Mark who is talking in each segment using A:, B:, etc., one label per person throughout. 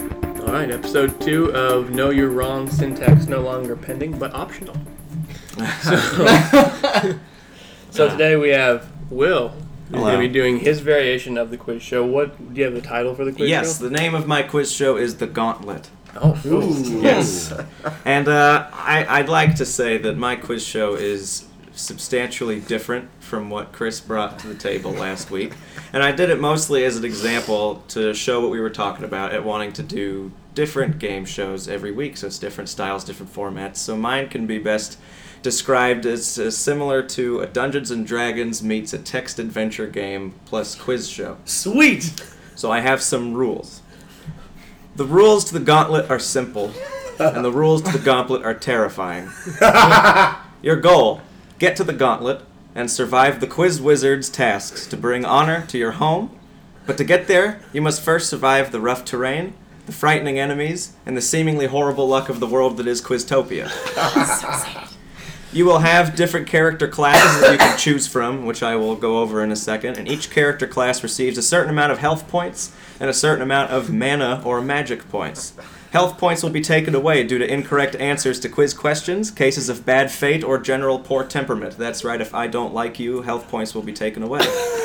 A: right, episode two of Know Your Wrong Syntax no longer pending, but optional. So today we have Will. He's going
B: Hello.
A: to be doing his variation of the quiz show. What do you have the title for the quiz
B: yes,
A: show?
B: the name of my quiz show is The Gauntlet.
A: Oh, ooh.
B: Yes. and uh, I, I'd like to say that my quiz show is substantially different from what Chris brought to the table last week. And I did it mostly as an example to show what we were talking about at wanting to do different game shows every week. So it's different styles, different formats. So mine can be best described as uh, similar to a Dungeons and Dragons meets a text adventure game plus quiz show.
C: Sweet.
B: So I have some rules. The rules to the gauntlet are simple, and the rules to the gauntlet are terrifying. Your goal get to the gauntlet and survive the quiz wizard's tasks to bring honor to your home. But to get there, you must first survive the rough terrain, the frightening enemies, and the seemingly horrible luck of the world that is Quiztopia. You will have different character classes that you can choose from, which I will go over in a second. And each character class receives a certain amount of health points and a certain amount of mana or magic points. Health points will be taken away due to incorrect answers to quiz questions, cases of bad fate, or general poor temperament. That's right, if I don't like you, health points will be taken away.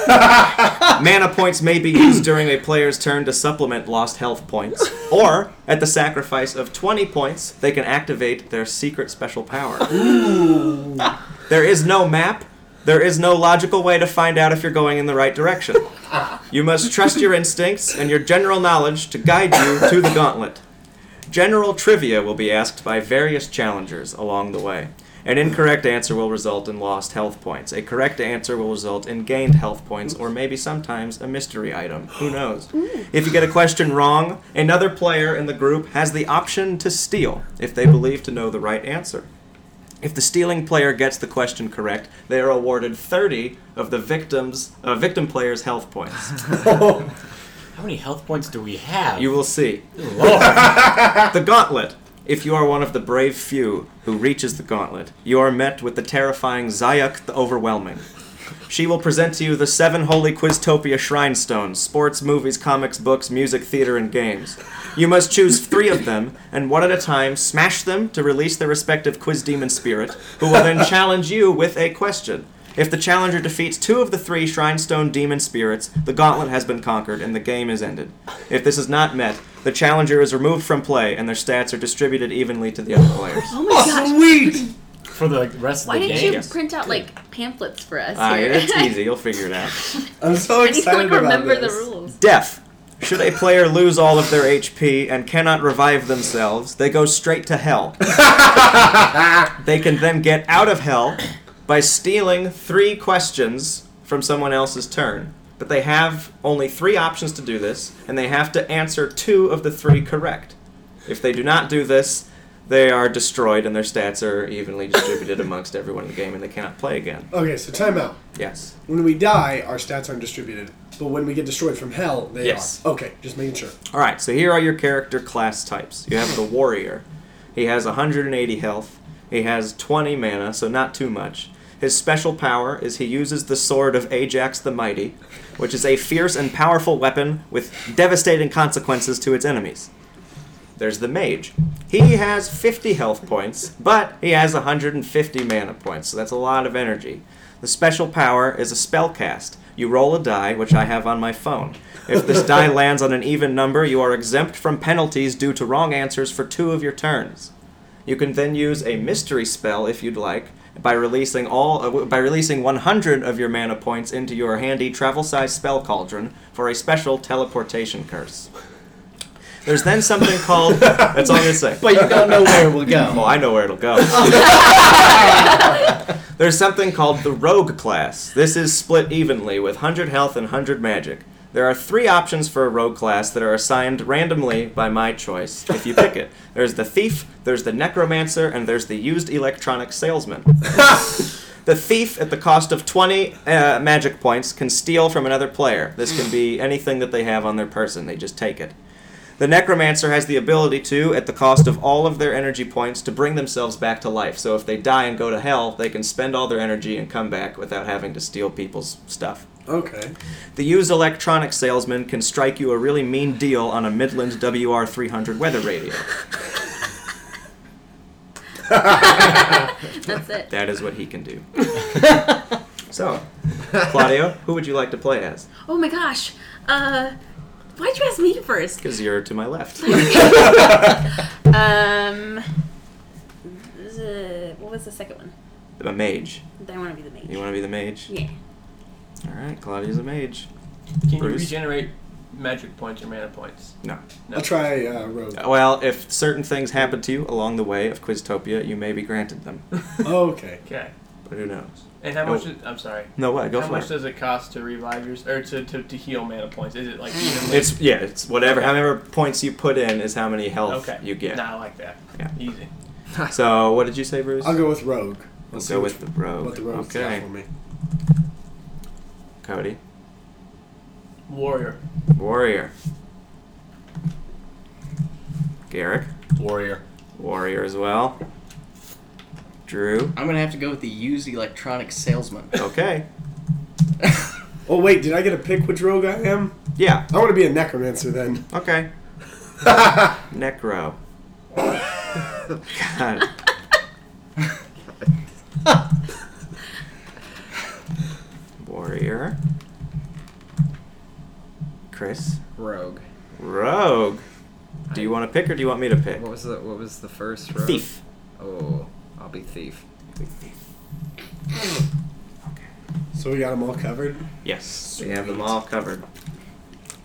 B: mana points may be used during a player's turn to supplement lost health points, or at the sacrifice of 20 points, they can activate their secret special power. There is no map. There is no logical way to find out if you're going in the right direction. You must trust your instincts and your general knowledge to guide you to the gauntlet. General trivia will be asked by various challengers along the way. An incorrect answer will result in lost health points. A correct answer will result in gained health points, or maybe sometimes a mystery item. Who knows? If you get a question wrong, another player in the group has the option to steal if they believe to know the right answer. If the stealing player gets the question correct, they are awarded 30 of the victim's uh, victim player's health points.
C: How many health points do we have?
B: You will see.
C: Lord.
B: The gauntlet. If you are one of the brave few who reaches the gauntlet, you are met with the terrifying Zayuk the Overwhelming. She will present to you the seven holy Quiztopia shrine stones sports, movies, comics, books, music, theater, and games. You must choose three of them, and one at a time, smash them to release their respective quiz demon spirit, who will then challenge you with a question. If the challenger defeats two of the three shrine stone demon spirits, the gauntlet has been conquered and the game is ended. If this is not met, the challenger is removed from play and their stats are distributed evenly to the other players.
D: Oh my gosh.
C: Sweet. For the rest
D: Why
C: of the
D: didn't
C: game.
D: you print out like pamphlets for us?
B: Ah,
D: here?
B: it's easy. You'll figure it out.
E: I'm so
D: I need to
E: excited
D: like
E: about
D: remember the
E: this.
D: rules.
B: Death. Should a player lose all of their HP and cannot revive themselves, they go straight to hell. they can then get out of hell by stealing three questions from someone else's turn. But they have only three options to do this, and they have to answer two of the three correct. If they do not do this, they are destroyed and their stats are evenly distributed amongst everyone in the game, and they cannot play again.
E: Okay, so time out.
B: Yes.
E: When we die, our stats aren't distributed, but when we get destroyed from hell, they
B: Yes.
E: are. Okay, just making sure.
B: All right, so here are your character class types. You have the warrior. He has 180 health. He has 20 mana, so not too much. His special power is he uses the sword of Ajax the Mighty, which is a fierce and powerful weapon with devastating consequences to its enemies. There's the mage. He has 50 health points, but he has 150 mana points, so that's a lot of energy. The special power is a spell cast. You roll a die, which I have on my phone. If this die lands on an even number, you are exempt from penalties due to wrong answers for two of your turns. You can then use a mystery spell if you'd like by releasing all uh, by releasing 100 of your mana points into your handy travel-sized spell cauldron for a special teleportation curse. There's then something called that's all I'm gonna say.
C: But you don't know where we'll
B: Well,
C: go.
B: I know where it'll go. There's something called the Rogue class. This is split evenly with 100 health and 100 magic. There are three options for a rogue class that are assigned randomly by my choice, if you pick it. There's the thief, there's the necromancer, and there's the used electronic salesman. The thief, at the cost of 20 uh, magic points, can steal from another player. This can be anything that they have on their person, they just take it. The necromancer has the ability to, at the cost of all of their energy points, to bring themselves back to life. So if they die and go to hell, they can spend all their energy and come back without having to steal people's stuff.
E: Okay.
B: The used electronic salesman can strike you a really mean deal on a Midland WR300 weather radio.
D: That's it.
B: That is what he can do. so, Claudio, who would you like to play as?
D: Oh my gosh. Uh, why'd you ask me first?
B: Because you're to my left.
D: Um, the, what was the second one?
B: A mage.
D: I want to be the mage.
B: You want to be the mage?
D: Yeah.
B: All right, Claudio's a mage.
F: Can you
B: Bruce?
F: regenerate magic points or mana points?
B: No.
F: No.
E: I'll try uh, rogue.
B: Well, if certain things happen to you along the way of Quiztopia, you may be granted them.
E: Okay.
F: Okay.
B: But who knows?
F: And how
B: Oh.
F: much? Is, I'm sorry.
B: No, what? Go
F: how
B: for
F: much
B: it.
F: does it cost to revive yours or to, to, to heal mana points? Is it like evenly?
B: It's yeah, it's whatever. However points you put in is how many health
F: okay.
B: you get.
F: Nah, I like that.
B: Yeah.
F: Easy.
B: So what did you say, Bruce?
E: I'll go with rogue.
B: We'll
E: Let's
B: go with the rogue.
E: what the rogue's
B: okay,
E: got for me.
B: Cody,
F: Warrior.
B: warrior. Garrick,
C: Warrior.
B: warrior as well. Drew,
G: I'm gonna have to go with the used electronic salesman.
B: okay,
E: Oh wait, did I get to pick which rogue I am?
B: yeah,
E: I want to be a necromancer then.
B: okay. Necro. God. warrior. Chris,
H: Rogue.
B: rogue. Do you want to pick or do you want me to pick?
H: What was the What was the first rogue?
B: Thief.
H: Oh, I'll be thief.
E: So we got them all covered.
B: Yes, we have them all covered.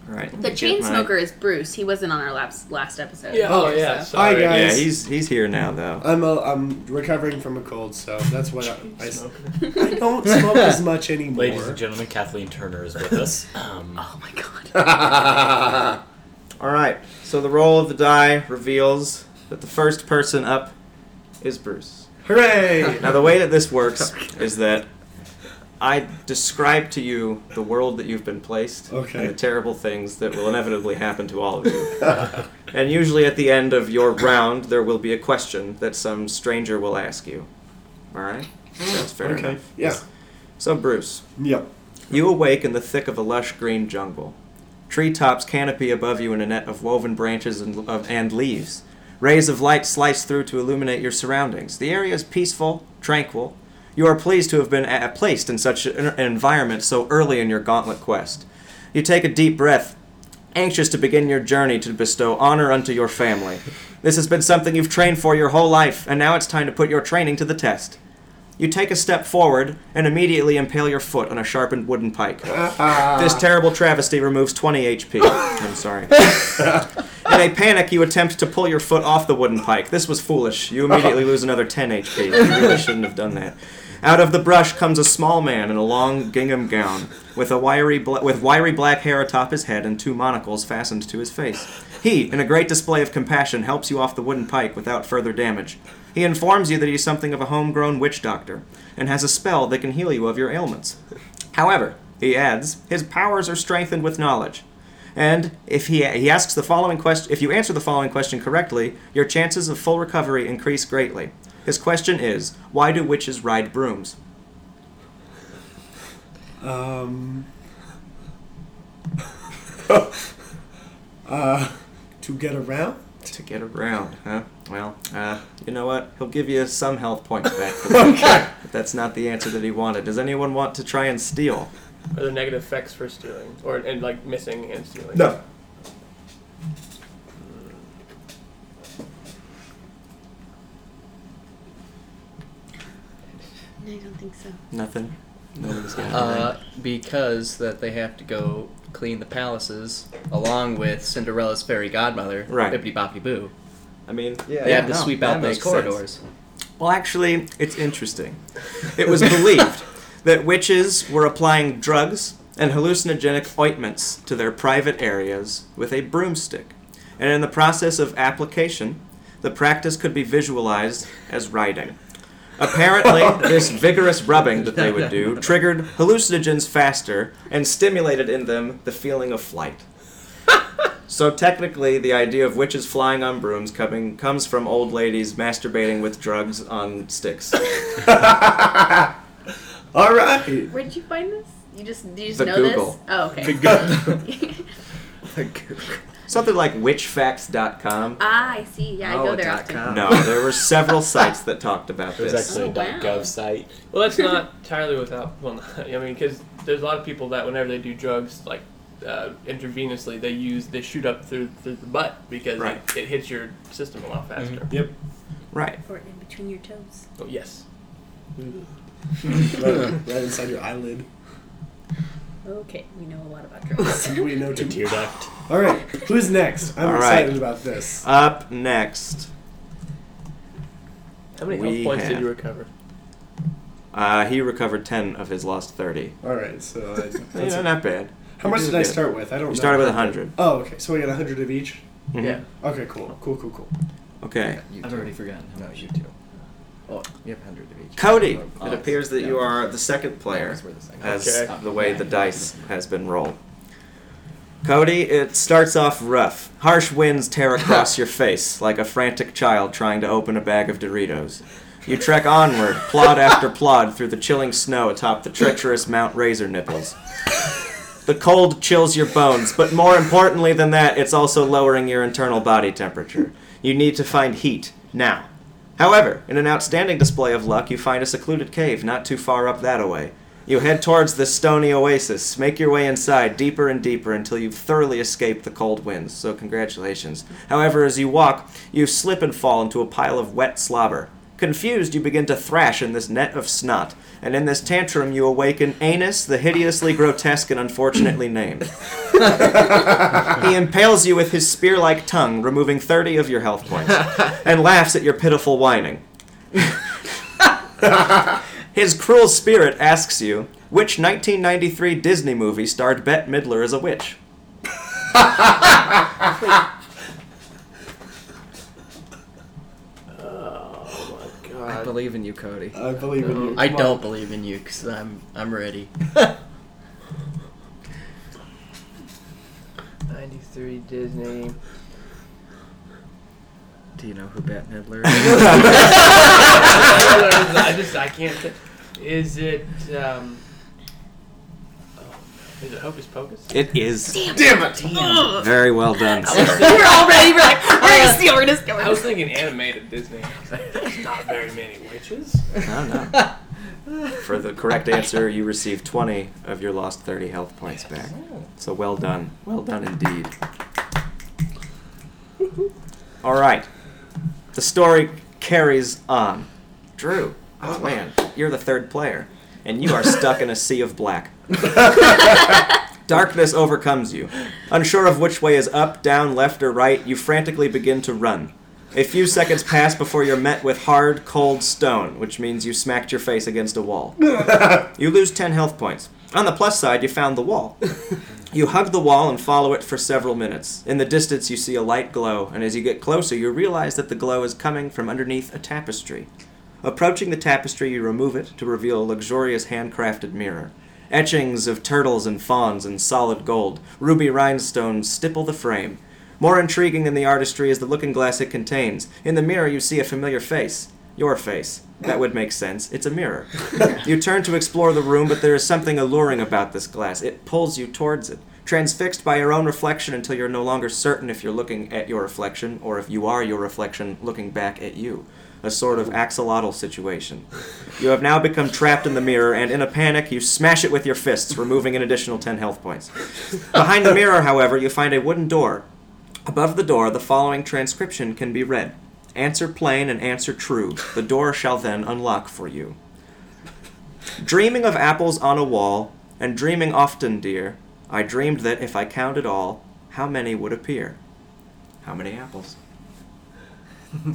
B: All right. let me
D: The
B: get
D: chain
B: my-
D: smoker is Bruce. He wasn't on our last last episode.
F: Oh yeah.
D: So.
E: Hi
F: sorry.
B: Yeah,
E: guys. Uh,
B: he's he's here now though.
E: I'm a, I'm recovering from a cold, so that's what I, I, s-
F: Smoker.
E: I don't smoke as much anymore.
C: Ladies and gentlemen, Kathleen Turner is with us. Um,
D: Oh my god.
B: All right. So the roll of the die reveals that the first person up is Bruce.
E: Hooray!
B: Now the way that this works is that I describe to you the world that you've been placed
E: Okay.
B: and the terrible things that will inevitably happen to all of you. and usually at the end of your round there will be a question that some stranger will ask you. All right? That's fair
E: Okay.
B: enough.
E: Yeah.
B: So Bruce,
E: Yep.
B: You awake in the thick of a lush green jungle. Treetops canopy above you in a net of woven branches and, of, and leaves. Rays of light slice through to illuminate your surroundings. The area is peaceful, tranquil. You are pleased to have been a- placed in such an an environment so early in your gauntlet quest. You take a deep breath, anxious to begin your journey to bestow honor unto your family. This has been something you've trained for your whole life, and now it's time to put your training to the test. You take a step forward and immediately impale your foot on a sharpened wooden pike. This terrible travesty removes 20 HP. I'm sorry. In a panic, you attempt to pull your foot off the wooden pike. This was foolish. You immediately lose another 10 HP. You really shouldn't have done that. Out of the brush comes a small man in a long gingham gown, with a wiry bla- with wiry black hair atop his head and two monocles fastened to his face. He, in a great display of compassion, helps you off the wooden pike without further damage. He informs you that he's something of a homegrown witch doctor, and has a spell that can heal you of your ailments. However, he adds, his powers are strengthened with knowledge. And if he, he asks the following question, if you answer the following question correctly, your chances of full recovery increase greatly. His question is, why do witches ride brooms?
E: Um. uh, to get around.
B: To get around, huh? Well, uh, you know what? He'll give you some health points back. For that. But that's not the answer that he wanted. Does anyone want to try and steal?
F: Are there negative effects for stealing or and like missing and stealing?
D: No, I don't think so.
B: Nothing. Nobody's got anything.
G: Uh, because that they have to go clean the palaces along with Cinderella's fairy godmother,
B: Right.
G: Bippity Boppy Boo.
B: I mean, yeah.
G: They
B: yeah,
G: have to
B: no,
G: sweep
B: that
G: out those
B: makes sense.
G: corridors.
B: Well, actually, it's interesting. It was believed that witches were applying drugs and hallucinogenic ointments to their private areas with a broomstick. And in the process of application, the practice could be visualized as riding. Apparently, this vigorous rubbing that they would do triggered hallucinogens faster and stimulated in them the feeling of flight. So technically, the idea of witches flying on brooms coming comes from old ladies masturbating with drugs on sticks.
E: All right.
D: Where'd you find this? You just you just
B: The
D: know this?
B: Google.
D: Oh, okay.
B: Something like witchfacts.com.
D: ah, I see. Yeah, I
H: Oh,
D: go there
H: dot
D: often.
H: com.
B: No, there were several sites that talked about
C: It was
B: this.
C: actually a
D: Oh, wow.
C: .gov site.
F: Well, that's not entirely without. Well, I mean, because there's a lot of people that whenever they do drugs, like uh, intravenously, they use they shoot up through through the butt because
B: Right.
F: it, it hits your system a lot faster.
E: Yep.
B: Right.
D: Or in between your toes.
F: Oh, yes.
E: Right, right inside your eyelid.
D: Okay, we know a lot about drugs.
E: We know
C: The
E: too.
C: tear duct.
E: All right. Who's next? I'm
B: All right. Uh,
E: excited about this.
B: Up next,
F: How many
B: We
F: health points
B: have-
F: did you recover?
B: uh, he recovered 10 of his lost 30.
E: All right. So I, that's
B: Yeah, not bad.
E: how much
B: You
E: did
B: did
E: I
B: good.
E: start with? I don't. know.
B: You started with 100.
E: Oh, okay. So we got 100 of each.
B: Mhm.
F: Yeah.
E: Okay. Cool. Cool. Cool. Cool.
B: Okay.
H: You
G: I've
H: do.
G: already forgotten. How
H: No,
G: much.
H: you do.
G: Oh, you have hundred of each.
B: Cody,
G: Oh,
B: it appears that
G: yeah.
B: you are the second player
G: That's where this thing goes.
B: as
F: Okay.
B: the way the dice has been rolled. Cody, it starts off rough. Harsh winds tear across your face like a frantic child trying to open a bag of Doritos. You trek onward, plod after plod, through the chilling snow atop the treacherous Mount Razor Nipples. The cold chills your bones, but more importantly than that, it's also lowering your internal body temperature. You need to find heat now. However, in an outstanding display of luck, you find a secluded cave not too far up that away. You head towards this stony oasis, make your way inside deeper and deeper until you've thoroughly escaped the cold winds, so congratulations. However, as you walk, you slip and fall into a pile of wet slobber. Confused, you begin to thrash in this net of snot, and in this tantrum you awaken Anus, the hideously grotesque and unfortunately named. he impales you with his spear like tongue, removing 30 of your health points, and laughs at your pitiful whining. his cruel spirit asks you which 1993 Disney movie starred Bette Midler as a witch?
H: I believe in you, Cody.
E: I believe in you.
G: I
E: Come on.
G: don't believe in you because I'm I'm ready.
F: 93 Disney.
H: Do you know who Bat Midler is?
F: I just I can't. Th- is it? Um, oh, is it Hocus Pocus?
B: It is.
E: Damn it.
D: Ugh.
B: Very well done, sir.
D: we're all ready. We're like, we're gonna steal. We're gonna steal. We're
F: I
D: gonna
F: was
D: steal.
F: thinking animated Disney. There's not very many witches.
B: I don't know. For the correct answer, you receive 20 of your lost 30 health points back. So well done. Well done indeed. All right. The story carries on. Drew, oh man, you're the third player, and you are stuck in a sea of black. Darkness overcomes you. Unsure of which way is up, down, left, or right, you frantically begin to run. A few seconds pass before you're met with hard, cold stone, which means you smacked your face against a wall. you lose 10 health points. On the plus side, you found the wall. You hug the wall and follow it for several minutes. In the distance, you see a light glow, and as you get closer, you realize that the glow is coming from underneath a tapestry. Approaching the tapestry, you remove it to reveal a luxurious handcrafted mirror. Etchings of turtles and fawns in solid gold, ruby rhinestones stipple the frame. More intriguing than the artistry is the looking glass it contains. In the mirror, you see a familiar face. Your face. That would make sense. It's a mirror. you turn to explore the room, but there is something alluring about this glass. It pulls you towards it, transfixed by your own reflection until you're no longer certain if you're looking at your reflection or if you are your reflection looking back at you. A sort of axolotl situation. You have now become trapped in the mirror, and in a panic, you smash it with your fists, removing an additional 10 health points. Behind the mirror, however, you find a wooden door. Above the door, the following transcription can be read Answer plain and answer true. The door shall then unlock for you. Dreaming of apples on a wall, and dreaming often, dear, I dreamed that if I counted all, how many would appear? How many apples?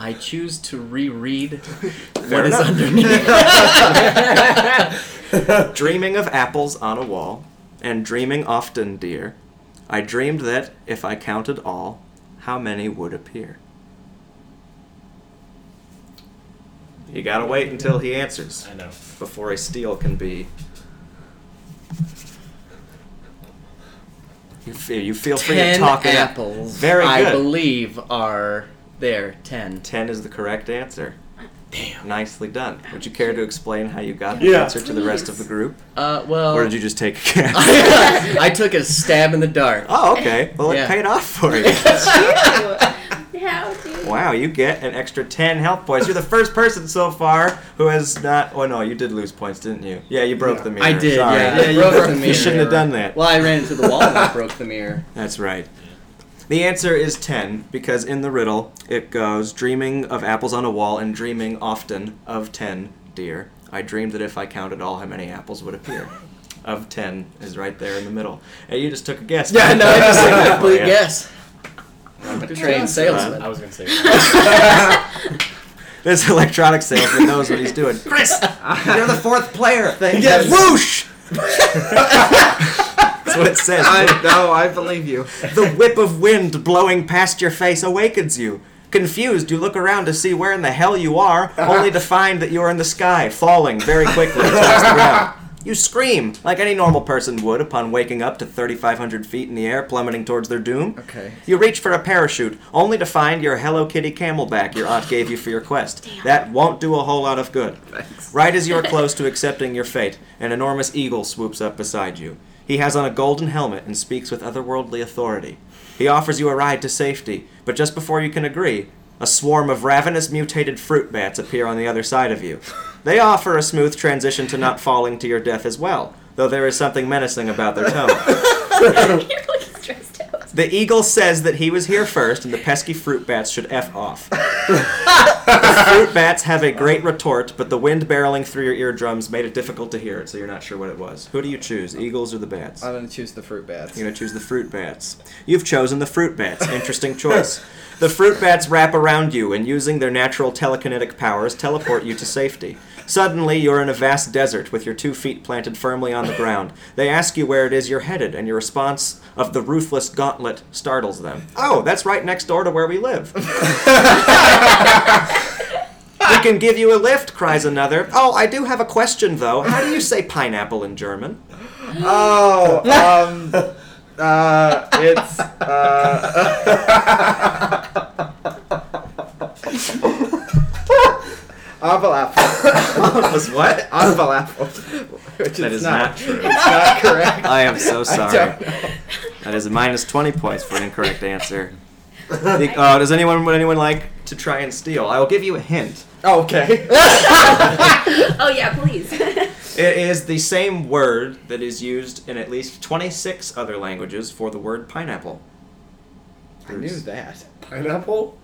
G: I choose to reread
B: Fair
G: what is
B: enough.
G: underneath.
B: Dreaming of apples on a wall, and dreaming often, dear, I dreamed that if I counted all, how many would appear? You gotta wait until he answers
C: I know.
B: before a steal can be You feel, you feel free to
G: Ten
B: talk it up.
G: apples.
B: Very
G: I
B: good.
G: believe are there. Ten.
B: Ten is the correct answer. Damn. Nicely done. Would you care to explain how you got the
E: Yeah. Um,
B: answer to the rest of the group?
G: Uh, well,
B: Or did you just take a guess?
G: I took a stab in the dark.
B: oh, okay. Well,
G: Yeah.
B: it paid off for you.
D: How do you?
B: Wow, you get an extra 10 health points. You're the first person so far who has not. Oh, no, you did lose points, didn't you? Yeah, you broke
E: Yeah.
B: the mirror.
G: I did.
B: Sorry.
G: Yeah,
E: Yeah,
G: I
E: you
G: broke
E: broke-
G: the
E: you
G: mirror.
B: You shouldn't have done that.
G: Well, I ran into the wall and I broke the mirror.
B: That's right. The answer is 10 because in the riddle it goes dreaming of apples on a wall and dreaming often of 10 dear. I dreamed that if I counted all how many apples would appear. of 10 is right there in the middle. And you just took a guess.
G: Yeah, no, I just like a complete
B: Oh, Yeah.
G: guess. I'm a trained salesman.
C: I was gonna say. that.
B: This electronic salesman knows what he's doing. Chris, you're the fourth player.
H: Thank
B: Yeah,
H: you.
B: whoosh. That's what it says.
H: I, no, I believe you.
B: The whip of wind blowing past your face awakens you. Confused, you look around to see where in the hell you are, only to find that you are in the sky, falling very quickly towards the ground. You scream, like any normal person would upon waking up to 3,500 feet in the air, plummeting towards their doom.
H: Okay.
B: You reach for a parachute, only to find your Hello Kitty camelback your aunt gave you for your quest. That won't do a whole lot of good. Right as you are close to accepting your fate, an enormous eagle swoops up beside you. He has on a golden helmet and speaks with otherworldly authority. He offers you a ride to safety, but just before you can agree, a swarm of ravenous mutated fruit bats appear on the other side of you. They offer a smooth transition to not falling to your death as well, though there is something menacing about their tone.
D: You're looking stressed out.
B: The eagle says that he was here first, and the pesky fruit bats should f off. the fruit bats have a great retort, but the wind barreling through your eardrums made it difficult to hear it, so you're not sure what it was. Who do you choose, eagles or the
G: Uh,
B: bats?
H: I'm gonna choose the fruit bats.
B: You're going to choose the fruit bats. You've chosen the fruit bats. Interesting choice. The fruit bats wrap around you and, using their natural telekinetic powers, teleport you to safety. Suddenly, you're in a vast desert with your two feet planted firmly on the ground. They ask you where it is you're headed, and your response of the ruthless gauntlet startles them. Oh, that's right next door to where we live. we can give you a lift, cries another. Oh, I do have a question, though. How do you say pineapple in German?
H: Oh, um, uh, it's uh, apple apple,
B: Was what?
H: apple apple, which
B: That
H: is,
B: is
H: not,
B: not true.
H: It's not correct.
B: I am so sorry.
H: don't know.
B: That is a minus twenty points for an incorrect answer. The- uh, does anyone would anyone like to try and steal? I will give you a hint.
H: Okay.
D: Oh yeah, please.
B: It is the same word that is used in at least twenty-six other languages for the word pineapple.
H: I knew that.
E: Pineapple?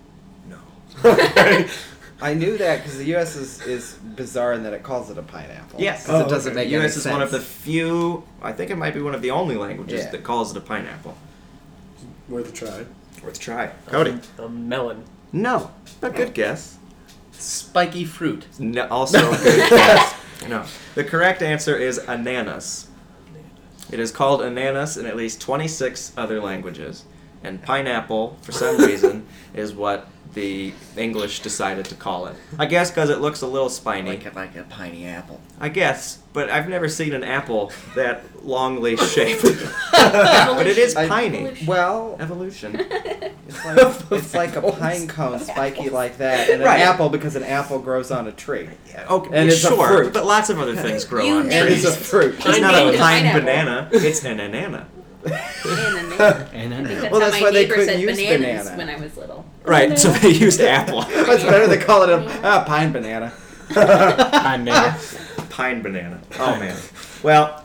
H: I knew that because the U.S. is, is bizarre in that it calls it a pineapple.
B: Yes.
H: 'Cause
E: Oh,
H: it doesn't make
E: okay.
H: any
B: U.S. is one of the
H: sense.
B: few. I think it might be one of the only languages
H: Yeah.
B: that calls it a pineapple.
E: Worth a try.
B: Worth a try. Cody.
F: A melon.
B: No, a good guess.
G: Spiky fruit.
B: No, also a good guess. No. The correct answer is ananas. It is called ananas in at least 26 other languages. And pineapple, for some reason, is what the English decided to call it. I guess because it looks a little spiny.
H: like a, like a piney apple.
B: I guess, but I've never seen an apple that longly shaped. but it is
H: I-
B: piney.
H: Well,
B: Evolution.
H: it's like, it's like a pine cone, spiky like that, and an
B: Right.
H: apple because an apple grows on a tree.
B: Okay,
H: And it's a
B: sure,
H: fruit.
B: but lots of other things grow
D: You
B: on
D: know.
H: And
B: trees.
H: it's a fruit.
B: It's
F: I
B: not a
D: named it
B: pine
D: pineapple.
B: banana. It's an anana.
D: And then
C: and then
D: that's
H: Well,
D: how
H: that's
D: my
H: why they
D: neighbor
H: couldn't
D: said
H: use
D: bananas
H: banana.
D: when I was little.
B: Right, so they used apple.
H: That's better than calling it a ah, pine banana.
C: Pine banana.
B: Pine banana. Oh man. Well,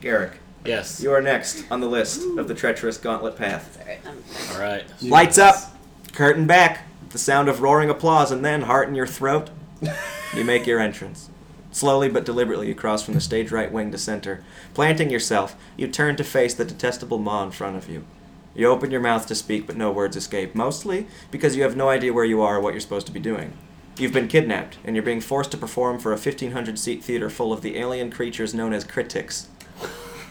B: Garrick,
C: Yes.
B: you are next on the list of the treacherous gauntlet path.
D: Sorry, I'm-
C: All right.
B: Lights up, curtain back, the sound of roaring applause, and then heart in your throat. You make your entrance. Slowly but deliberately, you cross from the stage right wing to center. Planting yourself, you turn to face the detestable maw in front of you. You open your mouth to speak, but no words escape, mostly because you have no idea where you are or what you're supposed to be doing. You've been kidnapped, and you're being forced to perform for a 1,500 seat theater full of the alien creatures known as critics.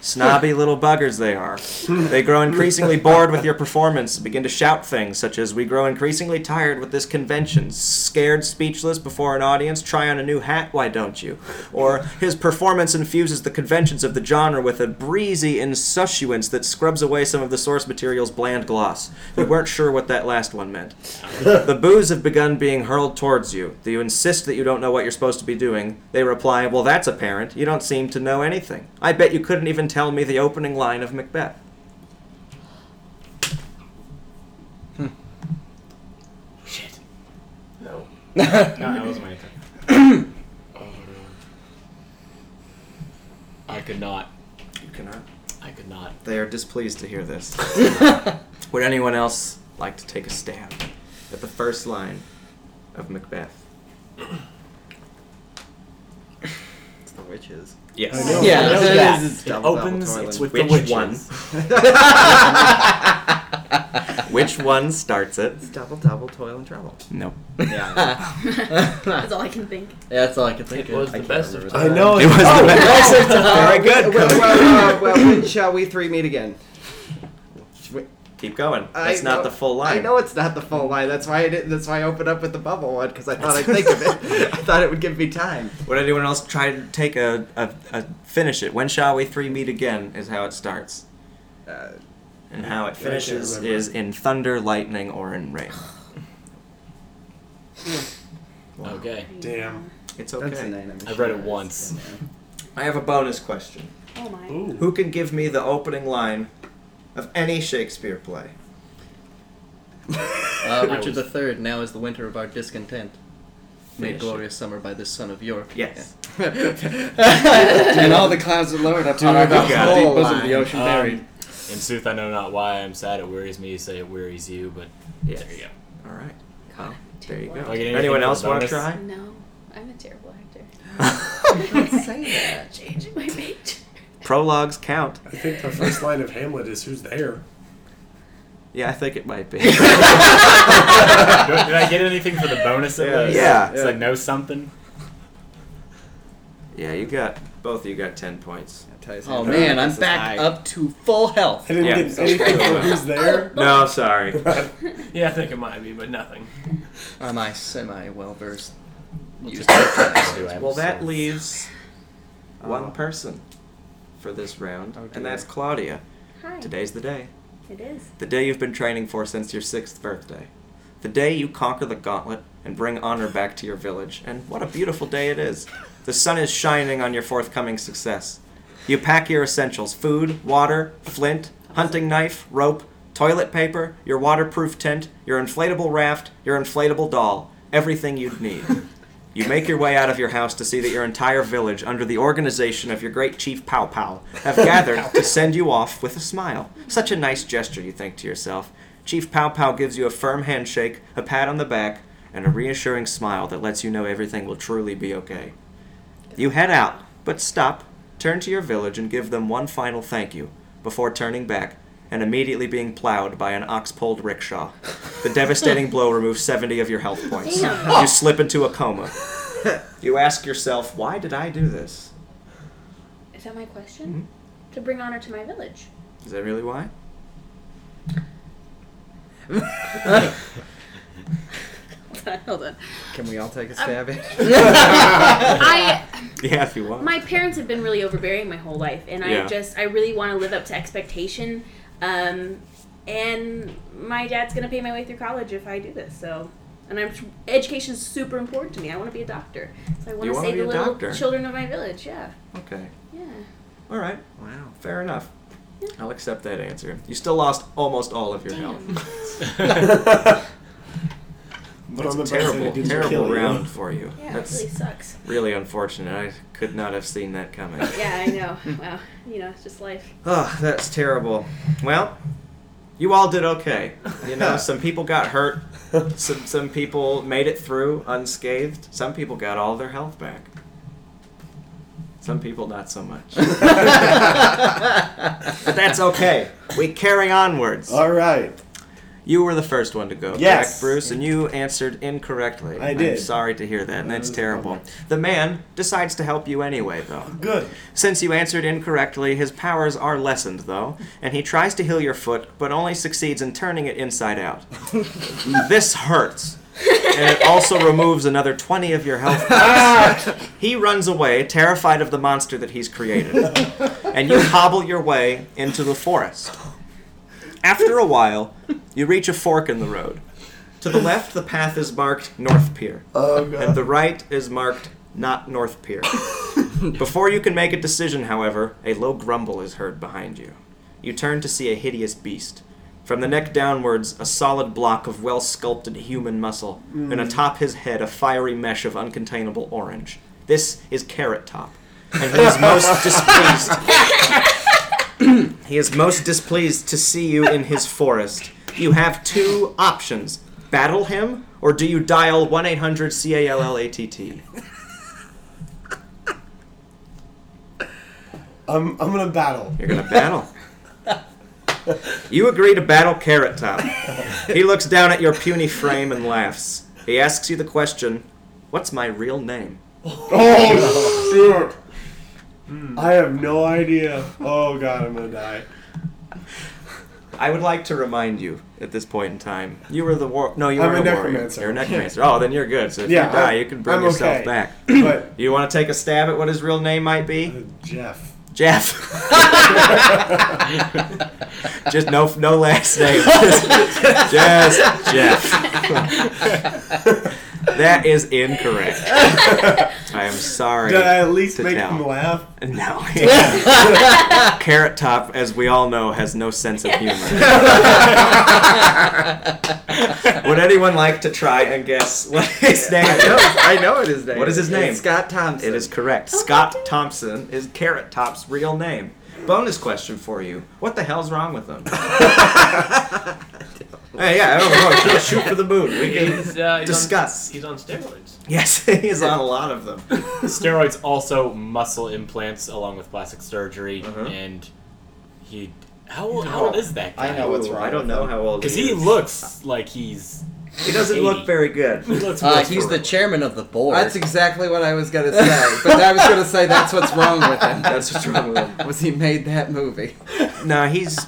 B: Snobby little buggers they are. They grow increasingly bored with your performance and begin to shout things such as, We grow increasingly tired with this convention. Scared, speechless before an audience, try on a new hat, why don't you? Or, His performance infuses the conventions of the genre with a breezy insouciance that scrubs away some of the source material's bland gloss. We weren't sure what that last one meant. The boos have begun being hurled towards you. Do you insist that you don't know what you're supposed to be doing? They reply, Well, that's apparent. You don't seem to know anything. I bet you couldn't even tell me the opening line of Macbeth.
F: No.
C: No, that wasn't my intent. I could not.
B: You cannot.
C: I could not.
B: They are displeased to hear this. Would anyone else like to take a stab at the first line of Macbeth?
H: It's the witches.
B: Yes.
E: I know.
G: Yeah,
H: I know
G: that
H: that.
G: is-
H: It's double, double
B: opens,
H: toilet.
B: it's with
H: Which
B: the witches. Which one starts it?
H: It's double, double, toil and trouble.
B: No.
G: Yeah.
D: That's all I can think.
G: That's all I can think
F: It
G: of.
F: was the
G: I can't
F: best of
G: remember
E: I
G: that.
E: know
B: It was
F: Oh,
B: the best.
I: oh,
B: Very
H: Well,
B: good.
H: well,
B: Cody.
H: well, well, when shall we three meet again?
B: Keep going.
H: I
B: That's not
H: know-
B: the full line.
H: I know it's not the full line. That's why I didn't. That's why I opened up with the bubble one because I thought I'd think of it. I thought it would give me time.
B: Would anyone else try to take a, a, a finish it? When shall we three meet again is how it starts.
H: Uh,
B: And how it finishes
E: remember.
B: is in thunder, lightning, or in rain.
C: Okay.
E: Damn.
B: It's
H: that's a
B: okay.
H: nine. I'm
C: I've
H: sure.
C: read it once.
B: I have a bonus question.
D: Oh my.
E: Ooh.
B: Who can give me the opening line of any Shakespeare play?
G: Uh,
C: I
G: Richard
C: was-
G: III, now is the winter of our discontent. Made
B: Finish it.
G: glorious summer by this son of York.
B: Yes.
H: and all the clouds are lowered up on our
B: you got it.
H: whole bosom of the ocean
B: Uh,
C: Um,
H: buried.
C: In sooth, I know not why I'm sad. It wearies me. Say it wearies you, but
B: Yes.
C: there you go.
B: All right. Oh, there you
D: Do I
B: go.
D: get
C: anything
B: Anyone
C: for
B: else
C: the
B: want to
C: bonus?
B: try?
D: No, I'm a terrible actor.
H: Don't say that.
D: Changing my major.
B: Prologues count.
E: I think the first line of Hamlet is who's there.
B: Yeah, I think it might be.
C: Did did I get anything for the bonus at
B: Yeah.
C: least?
B: Yeah.
C: It's like know something.
B: yeah, you got both. of You got ten points.
H: I'll tell you
G: Oh
H: something.
G: man, I'm
H: This is high.
G: back up to full health.
E: I didn't
B: Yeah.
E: get anything from who's there.
B: No, sorry.
F: Yeah, I think it might be, but nothing.
G: Am I semi well versed?
B: Well, that leaves uh,
H: Oh.
B: one person for this round,
G: Oh,
B: and
G: dear.
B: that's Claudia.
D: Hi.
B: Today's the day.
D: It is.
B: The day you've been training for since your sixth birthday. The day you conquer the gauntlet and bring honor back to your village. And what a beautiful day it is. The sun is shining on your forthcoming success. You pack your essentials food, water, flint, hunting knife, rope, toilet paper, your waterproof tent, your inflatable raft, your inflatable doll, everything you'd need. You make your way out of your house to see that your entire village, under the organization of your great chief Pow Pow, have gathered to send you off with a smile. Such a nice gesture, you think to yourself. Chief Pow Pow gives you a firm handshake, a pat on the back, and a reassuring smile that lets you know everything will truly be okay. You head out, but stop, turn to your village, and give them one final thank you before turning back and immediately being plowed by an ox pulled rickshaw. The devastating blow removes 70 of your health points.
D: Damn.
B: You slip into a coma. You ask yourself, why did I do this?
D: Is that my question?
B: Mm-hmm.
D: To bring honor to my village.
B: Is that really why?
D: Hold on, Hold on.
H: Can we all
G: Um,
H: take a stab at it?
D: I
B: Yeah, if you want.
D: my parents have been really overbearing my whole life, and
B: Yeah.
D: I just I really want to live up to expectation. Um, and my dad's gonna pay my way through college if I do this. So, and I'm education's super important to me. I want to be a doctor, so I want
B: You
D: to
B: wanna
D: save
B: be
D: the
B: a
D: little
B: doctor?
D: children of my village. Yeah,
B: okay.
D: yeah.
B: All right.
H: Wow.
B: Fair enough. I'll accept that answer. You still lost almost all of your health.
E: But on the bright side,
B: Terrible,
E: it didn't
B: terrible
E: kill you.
B: round for you.
D: Yeah, it
B: That's
D: really sucks.
B: really unfortunate. I could not have seen that coming.
D: Yeah, I know. wow, you know, it's just life.
B: Oh, that's terrible. Well, you all did okay. You know, some people got hurt. Some some people made it through unscathed. Some people got all their health back. Some people not so much. but that's okay. We carry onwards.
E: All right.
B: You were the first one to go,
E: Yes.
B: correct, Bruce? And you answered incorrectly.
E: I
B: am
E: did.
B: sorry to hear that, and that's terrible. The man decides to help you anyway, though.
E: Good.
B: Since you answered incorrectly, his powers are lessened, though, and he tries to heal your foot, but only succeeds in turning it inside out. this hurts. and it also removes another 20 of your health points. he runs away, terrified of the monster that he's created. and you hobble your way into the forest. After a while, you reach a fork in the road. To the left, the path is marked North Pier,
I: Oh
B: and
I: god.
B: the right is marked Not North Pier. Before you can make a decision, however, a low grumble is heard behind you. You turn to see a hideous beast. From the neck downwards, a solid block of well sculpted human muscle, and atop his head, a fiery mesh of uncontainable orange. This is Carrot Top, and he is most displeased. he is most displeased to see you in his forest. You have two options battle him, or do you dial 1 800 C A L L A T T?
E: I'm, I'm gonna battle.
B: You're gonna battle. you agree to battle Carrot Top. He looks down at your puny frame and laughs. He asks you the question, "What's my real name?"
E: Oh shoot! I have no idea. Oh god, I'm gonna die.
B: I would like to remind you at this point in time, you were the war. No, you
E: I'm
B: were
E: a
B: a Warrior.
E: necromancer.
B: You're a necromancer. Oh, then you're good. So if
E: Yeah,
B: you die,
E: I-
B: you can bring
E: I'm
B: yourself
E: okay.
B: back.
E: But
B: You want to take a stab at what his real name might be?
E: Jeff.
B: Jeff. just no no last name. just Jeff. that is incorrect. I am sorry.
E: Did I at least
B: to
E: make
B: tell.
E: him laugh?
B: No. Carrot Top, as we all know, has no sense of humor. Would anyone like to try and guess what his name
H: I know,
B: is?
H: I know what his name.
B: What is his name?
H: It's Scott Thompson.
B: It is correct. Scott Thompson is Carrot Top's real name. Bonus question for you: What the hell's wrong with him? hey, yeah, I don't know. Shoot- Shoot for the moon. We can
F: He's, uh, he's
B: discuss.
F: On, he's on steroids.
B: Yes, he's on a lot of them.
C: Steroids also muscle implants along with plastic surgery,
B: Uh-huh.
C: and he. How old, how old is that guy?
H: I know what's
B: Ooh,
H: wrong
B: I
H: with
B: don't know
H: him.
B: how old
C: Because
B: he
C: he
B: is.
C: looks like he's.
B: He doesn't
C: 80.
B: look very good.
C: He looks.
G: Uh,
C: worse
G: he's
C: for
G: the
C: it.
G: chairman of the board.
H: That's exactly what I was gonna say, but I was gonna say that's what's wrong with him.
B: That's what's wrong with him.
H: Was he made that movie?
B: No, he's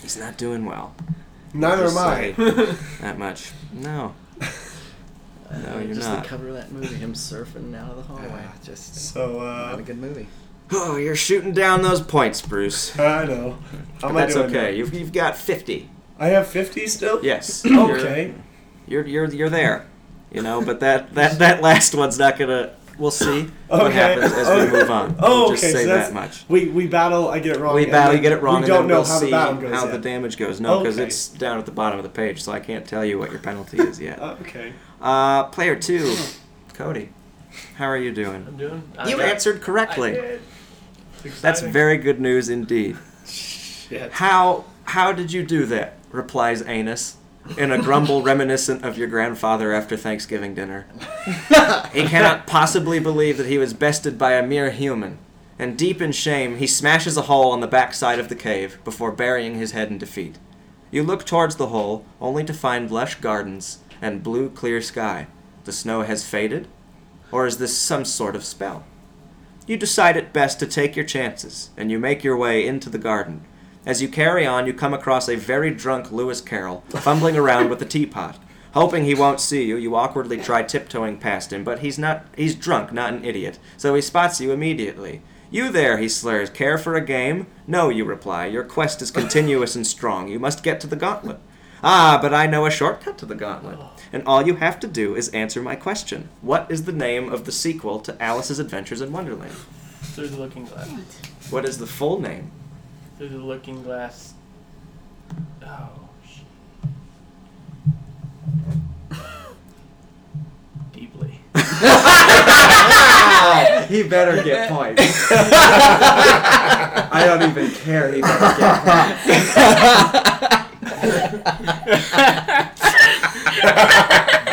B: he's not doing well.
E: Neither
B: Just
E: am I.
B: say That much. No. No, you're
G: just
B: not.
G: the cover of that movie, him surfing out of the hallway.
H: Ah, just
E: So
G: Not
E: uh,
G: a good movie.
B: Oh, you're shooting down those points, Bruce.
E: uh, I know. How
B: But
E: am I
B: that's
E: doing
B: okay. You've, you've got 50.
E: now? I have 50 still.
B: Yes.
E: Okay.
B: You're, you're you're you're there. You know, but that that that last one's not gonna. We'll see what
E: Okay.
B: happens as
E: Okay.
B: we move on.
E: Oh,
B: We'll just
E: okay.
B: say
E: so that's,
B: that much.
E: We we battle. I get it wrong.
B: We
E: and
B: battle,
E: then
B: you get it wrong,
E: We
B: and
E: don't
B: then
E: know
B: we'll
E: how
B: see
E: the battle goes.
B: how
E: yet.
B: the damage goes. No, because
E: Okay.
B: it's down at the bottom of the page, so I can't tell you what your penalty is yet.
E: Uh, okay.
B: Uh, player two, Cody, how are you doing?
F: I'm doing. uh,
B: You
F: I,
B: answered correctly.
F: It's
B: That's
F: exciting.
B: very good news indeed.
E: Shit.
B: How how did you do that? Replies Anus in a grumble reminiscent of your grandfather after Thanksgiving dinner. he cannot possibly believe that he was bested by a mere human. And deep in shame, he smashes a hole on the backside of the cave before burying his head in defeat. You look towards the hole, only to find lush gardens and blue, clear sky. The snow has faded? Or is this some sort of spell? You decide it best to take your chances, and you make your way into the garden. As you carry on, you come across a very drunk Lewis Carroll fumbling around with a teapot. Hoping he won't see you, you awkwardly try tiptoeing past him, but he's not he's drunk, not an idiot, so he spots you immediately. You there, he slurs, care for a game? No, you reply. Your quest is continuous and strong. You must get to the gauntlet. Ah, but I know a shortcut to the gauntlet.
H: Oh.
B: And all you have to do is answer my question. What is the name of the sequel to Alice's Adventures in Wonderland?
F: Through the looking glass.
B: What is the full name?
F: Through the looking glass. Oh. shit. Deeply.
H: Ah, he better get points. I don't even care. He better get points.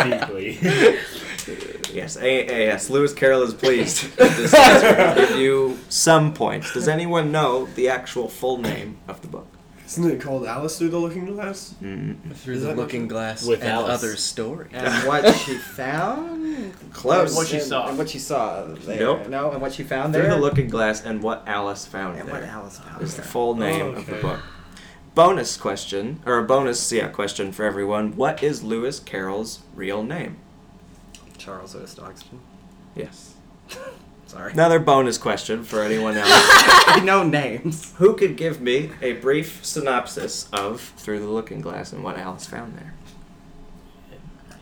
C: deeply.
B: Yes, AAS. Lewis Carroll is pleased. This answer will give you some points. Does anyone know the actual full name of the book?
E: Isn't it called Alice Through the Looking Glass?
G: Through
E: Is
G: the
E: that
G: looking glass
C: With
G: and
C: Alice.
G: other story.
H: And what she found? Close.
F: What she
H: And-
F: saw.
H: And what she saw there.
B: Nope.
H: No, and what she found
B: Through
H: there.
B: the looking glass and what Alice found
H: and
B: there.
H: what Alice found
B: is the
H: there.
B: full name
E: Oh,
B: of the
E: okay.
B: book. Bonus question, or a bonus yeah, question for everyone. What is Lewis Carroll's real name?
H: Charles O. Stockston.
B: Yes.
H: Sorry.
B: Another bonus question for anyone else.
H: I know names.
B: Who could give me a brief synopsis of Through the Looking Glass and what Alice found there?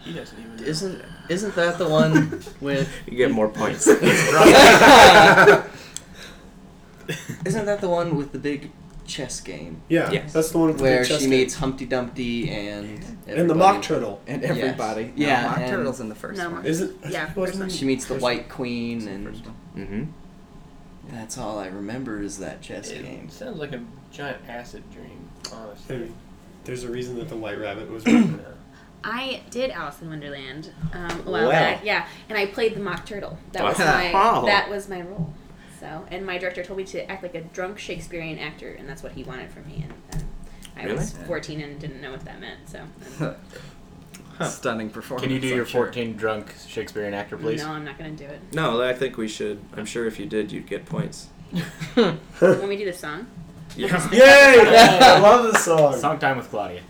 F: He doesn't even. know.
G: Isn't isn't that the one with?
B: You get more points.
G: Isn't that the one with the big chess game
E: Yeah,
B: Yes.
E: that's the one with
G: where
E: the chest
G: she meets Humpty Dumpty and
E: and the
G: everybody?
E: mock turtle.
H: And
G: Yes.
H: everybody.
G: Yeah,
H: No, Mock
G: and-
H: Turtle's in the first
D: No,
H: one.
E: Is it?
D: Yeah,
E: Wasn't
D: person.
E: it-
G: She meets the
E: First-
G: White Queen, and
H: First one.
B: mm-hmm.
G: that's all I remember is that chess game.
F: It sounds like a giant acid dream, honestly.
E: Hey, There's a reason that the White Rabbit was.
D: I did Alice in Wonderland um, a while
B: Wow.
D: back. Yeah, and I played the mock turtle. That was my
B: Wow.
D: that was my role. So, and my director told me to act like a drunk Shakespearean actor, and that's what he wanted from me. And um, I was
H: Really?
D: 14 and didn't know what that meant. So,
H: Stunning performance.
C: Can you do
H: I'm
C: your
H: sure.
C: 14 drunk Shakespearean actor, please?
D: no, I'm not gonna do it.
B: No, I think we should. I'm sure if you did, you'd get points.
D: When we do the song,
E: Yay! I love this song.
C: Song time with Claudia.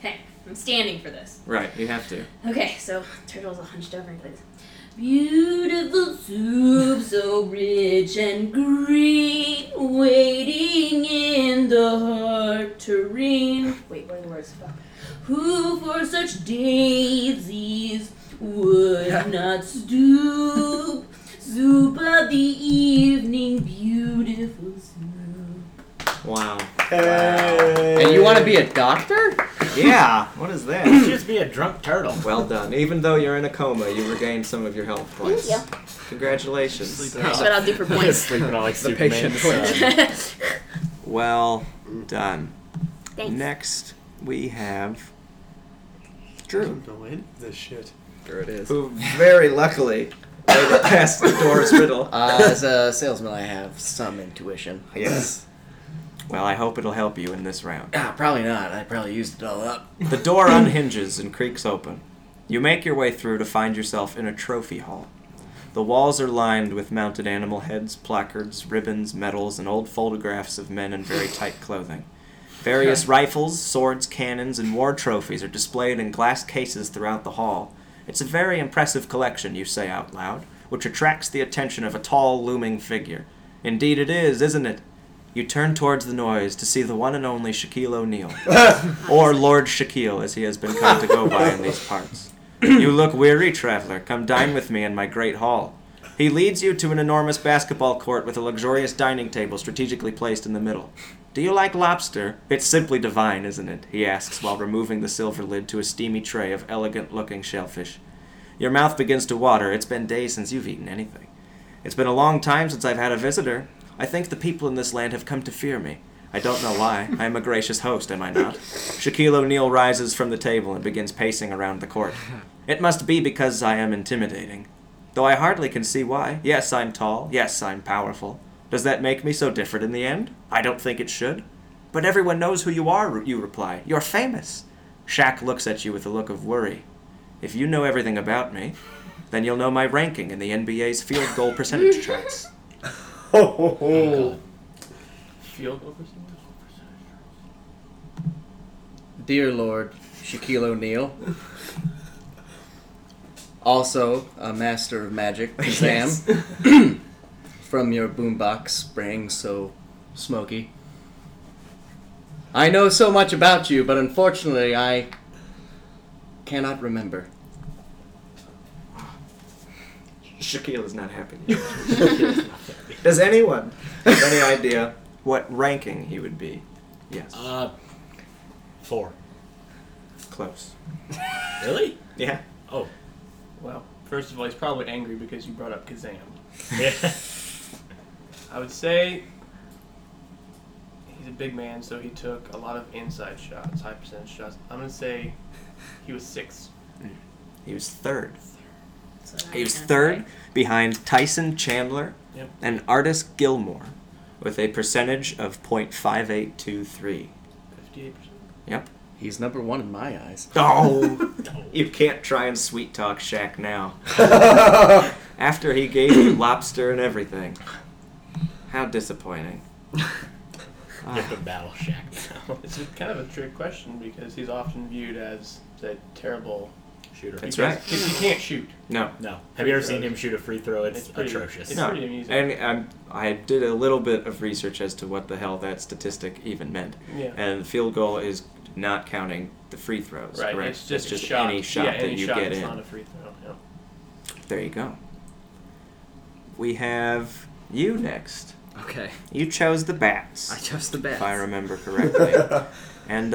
D: okay, I'm standing for this.
B: Right, you have to.
D: Okay, so turtle's all hunched over and plays. Beautiful soup, so rich and green, waiting in the heart terrain. Wait, what are the words? Fuck. Who for such daisies would not stoop? Soup of the evening, beautiful soup.
B: Wow.
E: Hey.
G: And you want to be a doctor?
B: Yeah. What is
C: You
B: that?
C: should just be a drunk turtle.
B: well done. Even though you're in a coma, you regained some of your health points.
D: you.
B: Congratulations.
D: That's what I'll do for points.
C: Sleeping on like
G: The
C: Superman.
G: patient
B: Well done.
D: Thanks.
B: Next, we have
E: I
B: Drew,
E: don't know any of this shit.
G: Sure it is.
B: who very luckily made it past the Doors riddle.
G: Uh, as a salesman, I have some intuition.
B: yes. Well, I hope it'll help you in this round.
G: Ah, probably not. I probably used it all up.
B: The door unhinges and creaks open. You make your way through to find yourself in a trophy hall. The walls are lined with mounted animal heads, placards, ribbons, medals, and old photographs of men in very tight clothing. Various rifles, swords, cannons, and war trophies are displayed in glass cases throughout the hall. It's a very impressive collection, you say out loud, which attracts the attention of a tall, looming figure. Indeed, it is, isn't it? You turn towards the noise to see the one and only Shaquille O'Neal or Lord Shaquille, as he has been come to go by in these parts. You look weary, traveler. Come dine with me in my great hall. He leads you to an enormous basketball court with a luxurious dining table strategically placed in the middle. Do you like lobster? It's simply divine, isn't it? He asks while removing the silver lid to a steamy tray of elegant looking shellfish. Your mouth begins to water. It's been days since you've eaten anything. It's been a long time since I've had a visitor. I think the people in this land have come to fear me. I don't know why. I am a gracious host, am I not? Shaquille O'Neal rises from the table and begins pacing around the court. It must be because I am intimidating. Though I hardly can see why. Yes, I'm tall. Yes, I'm powerful. Does that make me so different in the end? I don't think it should. But everyone knows who you are, you reply. You're famous. Shaq looks at you with a look of worry. If you know everything about me, then you'll know my ranking in the NBA's field goal percentage charts.
E: Ho ho ho.
F: Field goal percentage?
G: Dear Lord, Shaquille O'Neal. Also, a master of magic, Shazam. From your boombox sprang so smoky. I know so much about you, but unfortunately, I cannot remember.
B: Shaquille is not happy. Does anyone have any idea what ranking he would be? Yes,
C: Uh, four.
B: close.
C: Really?
B: Yeah.
C: Oh.
F: Well, first of all, he's probably angry because you brought up Kazam.
C: Yeah.
F: I would say he's a big man, so he took a lot of inside shots, high percentage shots. I'm gonna say he was six.
B: He was third.
D: That's what I
B: He was
D: gonna
B: third
D: say.
B: behind Tyson Chandler
F: Yep.
B: and Artis Gilmore. with a percentage of 0.5823.
F: 58%.
B: Yep.
G: He's number one in my eyes.
B: Oh, you can't try and sweet talk Shaq now. After he gave you lobster and everything. How disappointing. Ah.
C: You have to battle Shack now.
F: It's a kind of a trick question because he's often viewed as that terrible
C: Shooter.
B: That's
F: because
B: right.
F: He he can't shoot.
B: No,
C: No. Have you ever seen him shoot a free throw? It's,
F: It's pretty-
C: atrocious.
F: it's
B: no.
F: pretty amusing.
B: And um, I did a little bit of research as to what the hell that statistic even meant.
F: Yeah.
B: And the field goal is not counting the free throws,
F: right.
B: correct?
F: It's just, a shot.
B: any shot
F: yeah,
B: that
F: any
B: you
F: shot
B: get
F: that's
B: in.
F: Not a free throw. Yeah.
B: There you go. We have you next.
H: Okay.
B: You chose the bats.
H: I chose the best.
B: if I remember correctly. and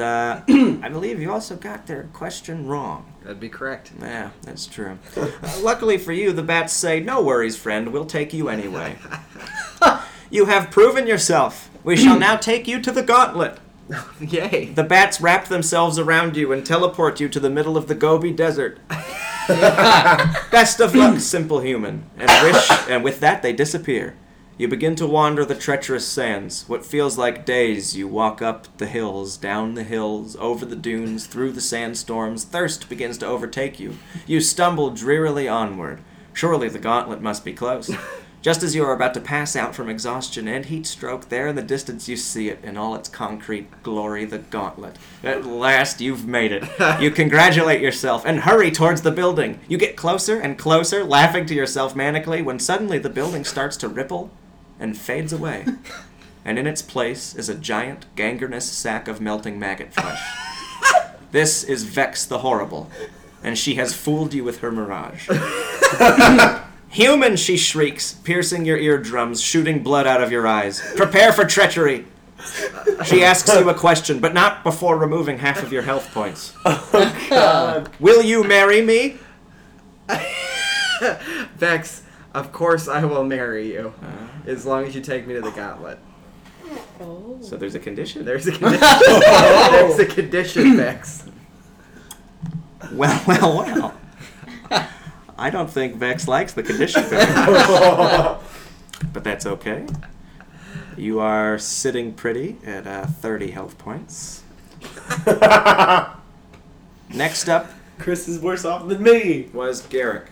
B: uh, I believe you also got their question wrong.
H: That'd be correct.
B: Yeah, that's true. Uh, luckily for you, the bats say, No worries, friend, we'll take you anyway. you have proven yourself. We shall now take you to the gauntlet.
H: Yay.
B: The bats wrap themselves around you and teleport you to the middle of the Gobi Desert. Best of luck, simple human. And wish and with that they disappear. You begin to wander the treacherous sands. What feels like days, you walk up the hills, down the hills, over the dunes, through the sandstorms. Thirst begins to overtake you. You stumble drearily onward. Surely the gauntlet must be close. Just as you are about to pass out from exhaustion and heat stroke, there in the distance you see it in all its concrete glory, the gauntlet. At last you've made it. You congratulate yourself and hurry towards the building. You get closer and closer, laughing to yourself manically, when suddenly the building starts to ripple and fades away. And in its place is a giant, gangrenous sack of melting maggot flesh. This is Vex the Horrible, and she has fooled you with her mirage. Human, she shrieks, piercing your eardrums, shooting blood out of your eyes. Prepare for treachery. She asks you a question, but not before removing half of your health points. Will you marry me?
H: Vex, of course I will marry you. As long as you take me to the gauntlet.
D: Oh.
B: So there's a condition.
H: There's a condition. There's a condition, Vex.
B: Well, well, well. I don't think Vex likes the condition. very much, but that's okay. You are sitting pretty at uh, 30 health points. Next up
E: Chris is worse off than me.
B: was Garrick.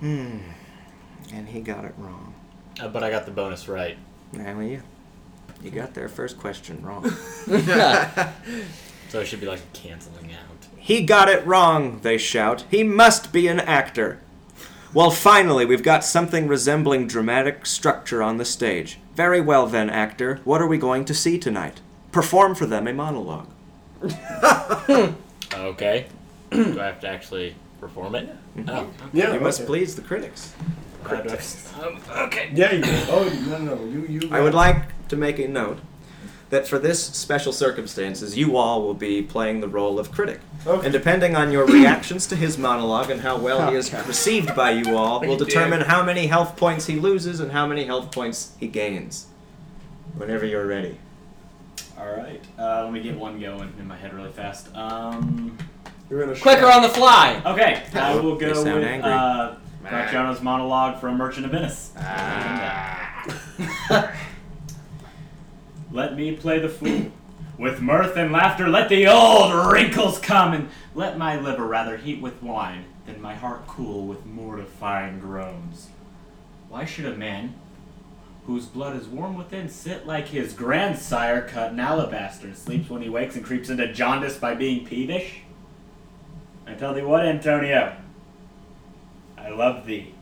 B: Hmm. And he got it wrong.
C: Uh, but I got the bonus right.
B: Now you. You got their first question wrong.
C: So it should be like canceling out.
B: He got it wrong, they shout. He must be an actor. Well, finally, we've got something resembling dramatic structure on the stage. Very well, then, actor. What are we going to see tonight? Perform for them a monologue.
C: Okay. Do I have to actually perform it? Oh.
E: Yeah,
B: You must
E: okay.
B: please the critics.
C: Uh, do I- um, okay.
E: Yeah, you. Oh no, no, you, you.
B: I would like to make a note that for this special circumstances, you all will be playing the role of critic.
E: Okay.
B: And depending on your reactions to his monologue and how well he is received by you all, will determine how many health points he loses and how many health points he gains. Whenever you're ready.
I: All right. Uh, let me get one going in my head really fast. Um,
E: You're gonna
G: Quicker on the fly.
I: okay, I will
B: They
I: go
B: sound
I: with
B: angry.
I: uh, Graciano's monologue from Merchant of Venice. let me play the fool. With mirth and laughter, let the old wrinkles come, and let my liver rather heat with wine than my heart cool with mortifying groans. Why should a man whose blood is warm within sit like his grandsire cut in alabaster, sleeps when he wakes, and creeps into jaundice by being peevish? I tell thee what, Antonio, I love thee.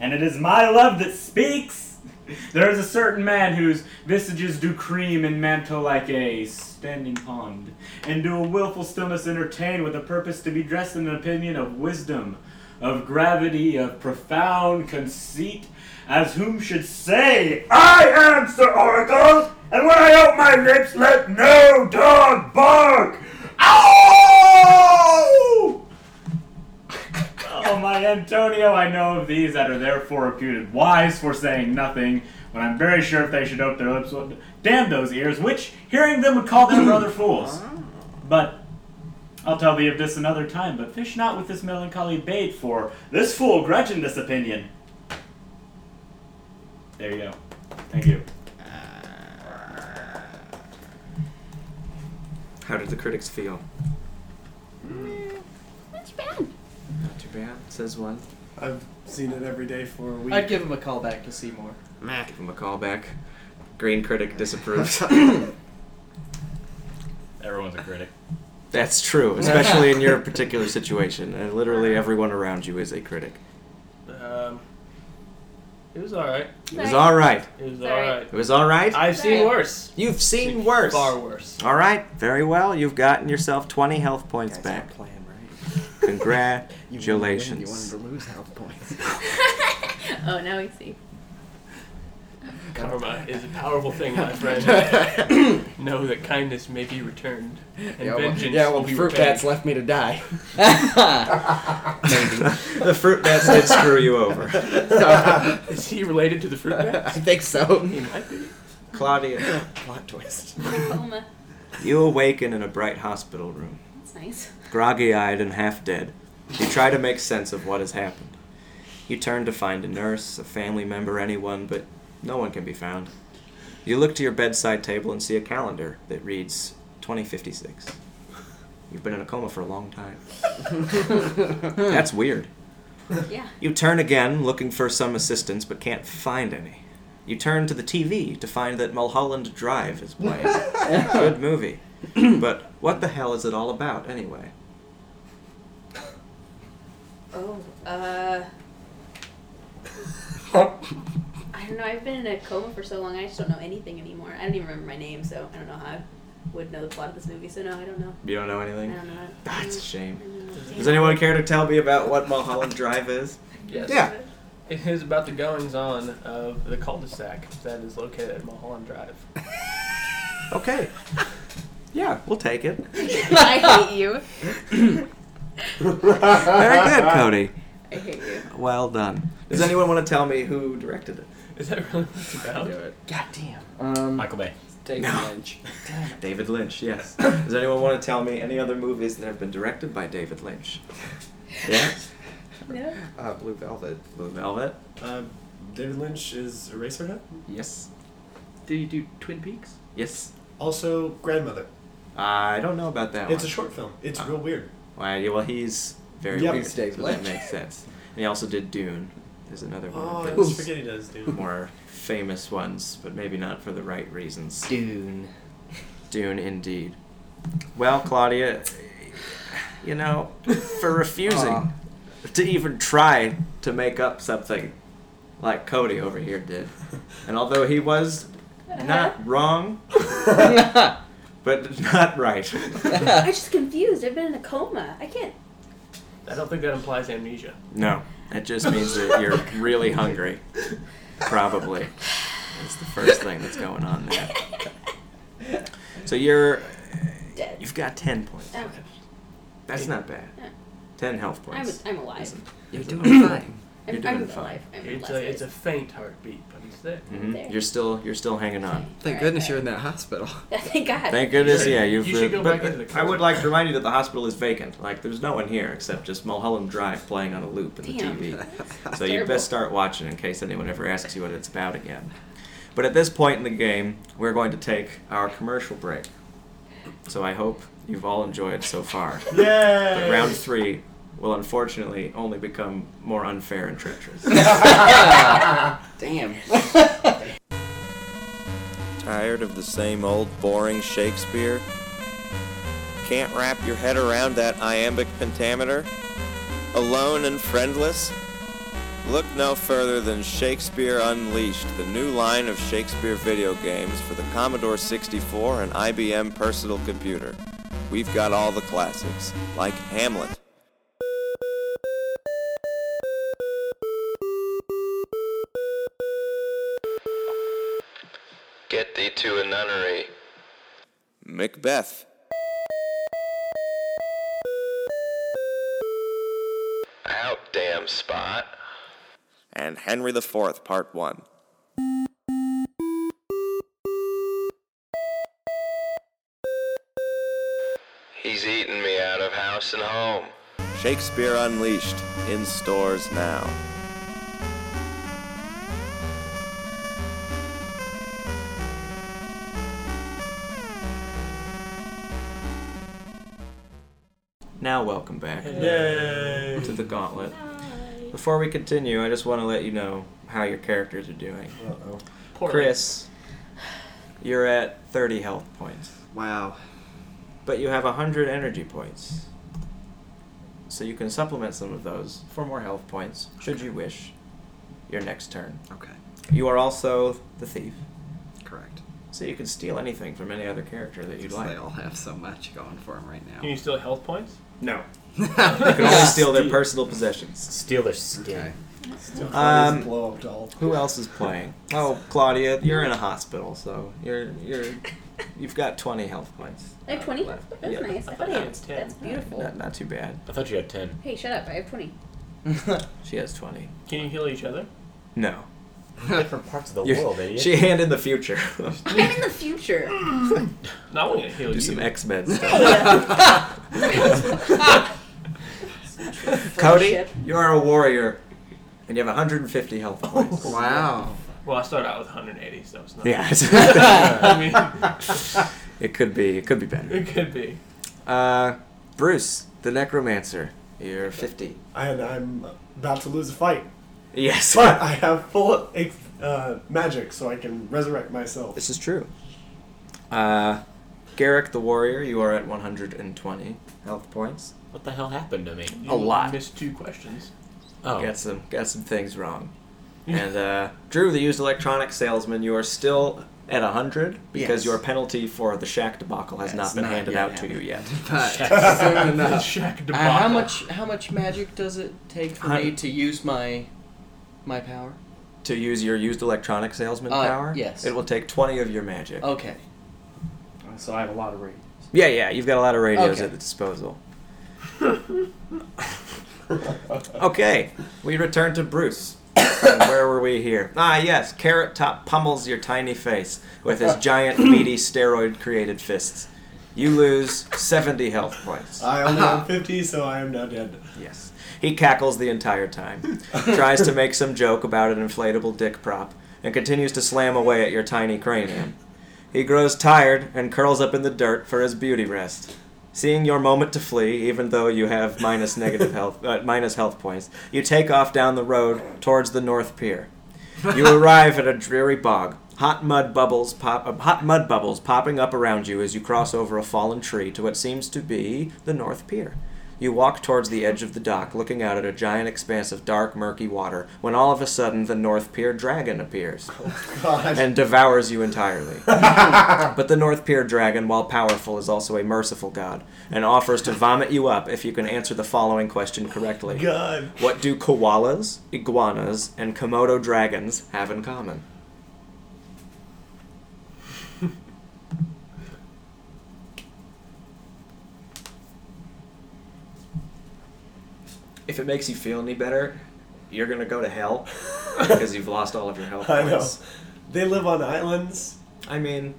I: And it is my love that speaks. There is a certain man whose visages do cream and mantle like a standing pond, and do a wilful stillness entertain with a purpose to be dressed in an opinion of wisdom, of gravity, of profound conceit, as whom should say, I am Sir Oracle, and when I open my lips, let no dog bark! Ow! Oh, my Antonio, I know of these that are therefore reputed wise for saying nothing, when I'm very sure if they should open their lips, would damn those ears, which, hearing them, would call them brother fools. But I'll tell thee of this another time, but fish not with this melancholy bait, for this fool grudging this opinion. There you go. Thank you.
B: How did the critics feel?
D: That's bad.
B: Not too bad, says one.
E: I've seen it every day for a week.
G: I'd give him a call back to see more.
B: Meh. Give him a call back. Green critic disapproves.
C: Everyone's a critic.
B: That's true, especially in your particular situation. And literally everyone around you is a critic.
F: Um, it was all right.
B: It was all right.
F: It was all
D: Sorry.
F: right.
B: It was all right.
F: I've seen
D: Sorry.
F: worse.
B: You've seen worse.
F: Far worse.
B: All right, very well. You've gotten yourself 20 health points
H: Guys,
B: back.
H: not playing, right? You wanted to win,
B: Congratulations.
H: You wanted to lose health points.
D: oh, now we see.
F: Karma is a powerful thing, my friend. know that kindness may be returned, and
H: yeah, well,
F: vengeance
H: yeah, well,
F: will be
H: fruit
F: repaid.
H: bats left me to die.
B: the fruit bats did screw you over.
F: Is he related to the fruit
H: I
F: bat?
H: think so.
F: He might be.
B: Claudia,
H: Plot twist.
D: Coma.
B: you awaken in a bright hospital room,
D: That's nice.
B: groggy eyed and half dead. You try to make sense of what has happened. You turn to find a nurse, a family member, anyone, but no one can be found. You look to your bedside table and see a calendar that reads 2056. You've been in a coma for a long time. That's weird.
D: Yeah.
B: You turn again, looking for some assistance, but can't find any. You turn to the TV to find that Mulholland Drive is playing. Good movie. but what the hell is it all about, anyway?
D: Oh, uh. I don't know. I've been in a coma for so long. I just don't know anything anymore. I don't even remember my name, so I don't know how I would know the plot of this movie. So no, I don't know.
B: You don't know
D: I
B: anything?
D: don't know.
B: That's a shame.
D: I don't know.
B: Does anyone care to tell me about what Mulholland Drive is?
F: Yes.
B: Yeah.
F: It is about the goings on of the cul-de-sac that is located at Mulholland Drive.
B: Okay. Yeah, we'll take it.
D: I hate you.
B: Very good, Cody.
D: I hate you.
B: Well done. Does anyone want to tell me who directed it?
F: Is that really what it's about?
G: Um,
C: Michael Bay.
G: David
B: No.
G: Lynch.
B: David Lynch, yes. Does anyone want to tell me any other movies that have been directed by David Lynch? Yeah?
D: No.
H: Uh, Blue Velvet.
B: Blue Velvet?
E: Uh, David Lynch is Eraserhead.
B: Yes.
G: Did you do Twin Peaks?
B: Yes. Uh,
E: Also, Grandmother.
B: I don't know about that
E: it's a
B: one. Ah.
E: short film. It's real weird.
B: Why, yeah, well, he's very
E: Yeah,
B: weird.
H: he's David
B: so that
H: Lynch.
B: makes sense. And he also did Dune. Is another one
E: Oh,
B: of
E: I
B: his
E: forget he does, dude.
B: more famous ones, but maybe not for the right reasons.
G: Dune.
B: Dune, indeed. Well, Claudia, you know, for refusing
H: Aw.
B: to even try to make up something like Cody over here did, and although he was not wrong, but not right.
D: I'm just confused. I've been in a coma. I can't.
F: I don't think that implies amnesia.
B: No, it just means that you're really hungry. Probably. That's the first thing that's going on there. So you're.
D: Dead.
B: You've got 10 points.
J: Oh,
D: Okay.
B: That's not bad.
D: Yeah.
B: 10 health
D: I'm,
B: points.
D: I'm alive.
B: You're doing fine.
D: I'm,
B: You're doing
D: I'm
B: fine.
D: alive. I'm
F: It's
D: alive.
F: a, it's a faint heartbeat, but it's there.
H: Mm-hmm.
B: Mhm. You're still you're still hanging on.
H: Thank
D: Alright,
H: goodness you're in
D: alright.
H: that hospital.
D: Thank God.
B: Thank goodness, yeah. You've,
F: You should go
B: but
F: back into the
B: I would like to remind you that the hospital is vacant. Like there's no one here except just Mulholland Drive playing on a loop in the
D: Damn.
B: TV. so you
D: Terrible.
B: best start watching in case anyone ever asks you what it's about again. But at this point in the game, we're going to take our commercial break. So I hope you've all enjoyed so far. But
E: Yay!
B: round three will unfortunately only become more unfair and treacherous.
G: Damn.
B: Tired of the same old boring Shakespeare? Can't wrap your head around that iambic pentameter? Alone and friendless? Look no further than Shakespeare Unleashed, the new line of Shakespeare video games for the Commodore 64 and IBM personal computer. We've got all the classics, like Hamlet.
K: Get thee to a nunnery.
B: Macbeth.
K: Out, damn spot.
B: and Henry IV, Part 1.
K: He's eating me out of house and home.
B: Shakespeare Unleashed, in stores now. Now, welcome back
F: Yay.
B: to the gauntlet. Before we continue, I just want to let you know how your characters are doing.
H: Uh-oh.
F: Poor
B: Chris, you're at 30 health points.
H: Wow.
B: But you have 100 energy points. So you can supplement some of those for more health points, should you wish, your next turn.
H: Okay.
B: You are also the thief,
H: Correct.
B: so you can steal anything from any other character that you'd
H: So
B: like.
H: They all have so much going for them right now.
F: Can you steal health points?
B: No. You can only steal their personal possessions.
C: Steal their skin.
H: Okay.
B: Um,
E: blow up doll.
B: Who else is playing? Oh, Claudia, you're in a hospital, so you're you're you've got 20 health points.
J: I have 20? That's
B: Yeah.
J: nice. I thought I had, that's beautiful.
B: Not, not too bad.
C: I thought you had ten.
J: Hey, shut up. I have 20.
B: She has 20.
F: Can you heal each other?
B: No.
C: Different parts of the
B: You're-
C: world, idiot.
B: she hand in the future.
J: I'm in the future.
F: No, I want to heal
B: Do
F: you.
B: some X Men stuff.
J: Hey.
B: Cody,
J: Friendship.
B: you are a warrior, and you have 150 health points.
H: Wow.
F: well, I started out with 180, so it's not.
B: Yeah,
F: I mean,
B: it could be. It could be better.
F: it could be.
B: Uh, Bruce, the necromancer. You're 50.
E: And I'm about to lose a fight,
B: Yes.
E: but I have full uh, magic, so I can resurrect myself.
B: This is true. Uh, Garrick the warrior, you are at 120 health points.
C: What the hell happened to me?
F: You
B: lot.
F: Missed two questions.
C: Oh,
B: Got some got some things wrong. And uh, Drew, the used electronic salesman, you are still at 100 because
H: Yes.
B: your penalty for the Shack debacle has
H: That's
B: not been
H: not
B: handed
H: yet
B: out to
H: happened.
B: you yet.
H: But soon enough.
F: Shack
G: Uh,
F: debacle.
G: how much how much magic does it take for me
B: Hun-
G: to use my my power?
B: To use your used electronic salesman
G: Uh,
B: power,
G: yes. Oh.
B: it will take 20 of your magic.
G: Okay.
I: So I have a lot of rage.
B: Yeah, yeah, you've got a lot of radios
G: Okay.
B: at the disposal. okay, we return to Bruce. And where were we here? Ah, yes, Carrot Top pummels your tiny face with his giant, meaty, steroid created fists. You lose 70 health points.
E: I only have 50, so I am now dead.
B: Yes. He cackles the entire time, tries to make some joke about an inflatable dick prop, and continues to slam away at your tiny cranium. He grows tired and curls up in the dirt for his beauty rest. Seeing your moment to flee, even though you have minus negative health, uh, minus health points, you take off down the road towards the North Pier. You arrive at a dreary bog. Hot mud bubbles pop, uh, hot mud bubbles popping up around you as you cross over a fallen tree to what seems to be the North Pier. You walk towards the edge of the dock, looking out at a giant expanse of dark, murky water. When all of a sudden, the North Pier dragon appears Oh, and devours you entirely. but the North Pier dragon, while powerful, is also a merciful god and offers to vomit you up if you can answer the following question correctly.
E: God.
B: What do koalas, iguanas, and Komodo dragons have in common? if it makes you feel any better, you're gonna go to hell because you've lost all of your health
E: I know.
B: points.
E: They live on islands.
B: I mean,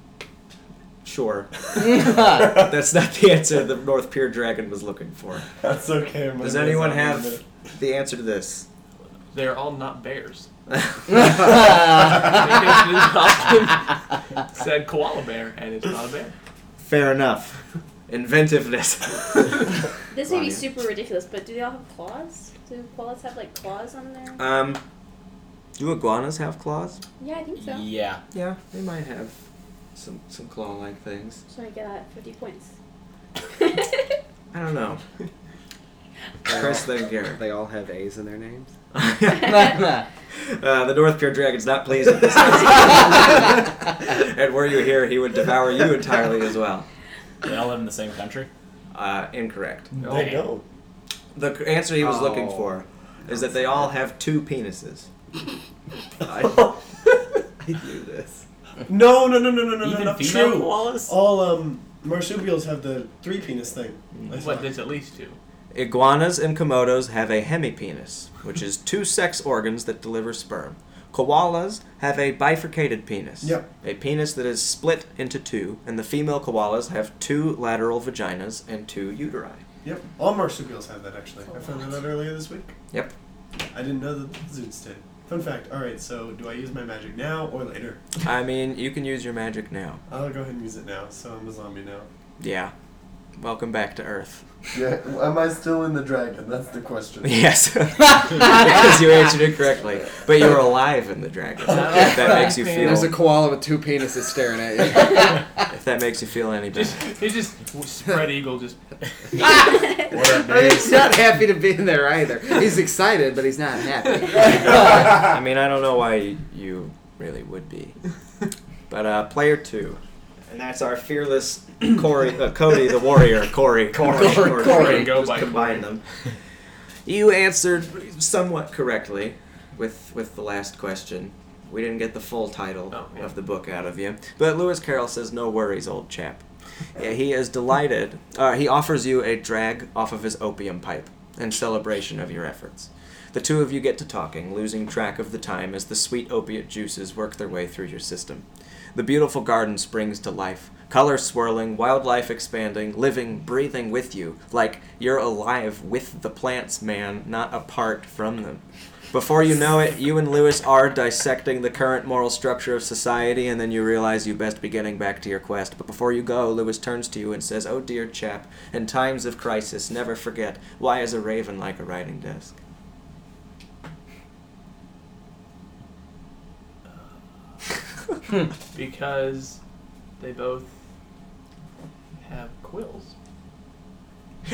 B: sure.
G: I
B: That's not the answer the North Pier Dragon was looking for.
E: That's okay. my
B: Does
E: brain's
B: anyone
E: not
B: have
E: moving.
B: the answer to this?
F: They're all not bears. Said koala bear, and it's not a bear.
B: Fair enough. Inventiveness.
J: This may be
B: Claudia.
J: super ridiculous, but do they all have claws? Do koalas have like claws on their?
B: um, do iguanas have claws?
J: Yeah, I think so.
C: yeah.
B: Yeah, they might have some some claw-like things.
J: So I get uh, 50 points.
B: I don't know. Chris, then Garrett.
H: They all have A's in their names.
B: Uh, the North Pier Dragon's not pleased with this. and were you here, he would devour you entirely as well.
C: They all live in the same country.
B: Uh, incorrect.
E: They know.
B: The c- answer he was looking
H: Oh.
B: for is that they all have two penises.
H: I, I knew this.
E: No, no, no, no, no, no, no,
C: Even
E: no.
C: female
E: True.
C: koalas.
E: All um, marsupials have the three penis thing. I
F: But
E: saw.
F: there's at least two.
B: Iguanas and komodos have a hemipenis, which is two sex organs that deliver sperm. Koalas have a bifurcated penis,
E: Yep.
B: a penis that is split into two, and the female koalas have two lateral vaginas and two uteri.
E: Yep. All marsupials have that actually. I found that out earlier this week.
B: Yep.
E: I didn't know that the zoots did. Fun fact. All right. So do I use my magic now or later?
B: I mean, you can use your magic now.
E: I'll go ahead and use it now. So I'm a zombie now.
B: Yeah. Welcome back to Earth.
E: Yeah, am I still in the dragon? That's the question.
B: Yes, because you answered it correctly. But you're alive in the dragon. If that makes you feel.
L: There's a koala with two penises staring at you.
B: if that makes you feel any better.
F: He's just spread eagle, just.
G: I mean, he's not happy to be in there either. He's excited, but he's not happy.
B: I mean, I don't know why you really would be. But uh, player two, and that's our fearless Corey, uh, Cody the warrior, Corey,
G: Corey, Corey.
B: Go by combine them. You answered somewhat correctly with with the last question. We didn't get the full title of the book out of you, but Lewis Carroll says, "No worries, old chap." Yeah, he is delighted. Uh, he offers you a drag off of his opium pipe in celebration of your efforts. The two of you get to talking, losing track of the time as the sweet opiate juices work their way through your system. The beautiful garden springs to life, color swirling, wildlife expanding, living, breathing with you, like you're alive with the plants, man, not apart from them. Before you know it, you and Lewis are dissecting the current moral structure of society, and then you realize you best be getting back to your quest. But before you go, Lewis turns to you and says, Oh dear chap, in times of crisis, never forget, why is a raven like a writing desk?
F: uh, because they both have quills.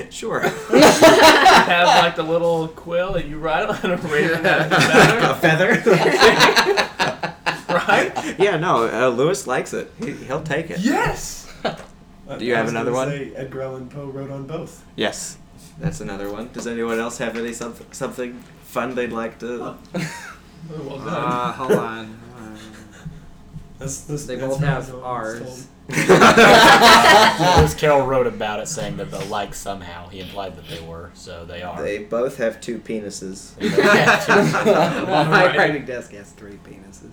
B: Sure.
F: you have like the little quill that you ride on a raven that has
B: a feather.
F: right?
B: Yeah, no, uh, Lewis likes it. He, he'll take it.
F: Yes.
B: Do you
E: I
B: have
E: was
B: another
E: gonna
B: one?
E: Say Edgar Allan Poe wrote on both.
B: Yes, that's another one. Does anyone else have any some, something fun they'd like to?
F: Well done.
G: Uh, hold on.
E: That's, that's,
G: they
E: that's
G: both
E: how I
G: have
E: know it was
G: R's.
I: Lewis Carroll wrote about it, saying that they're like somehow. He implied that they were, so they are.
B: They both have two penises.
G: well, my
B: Alright.
G: writing desk has three penises.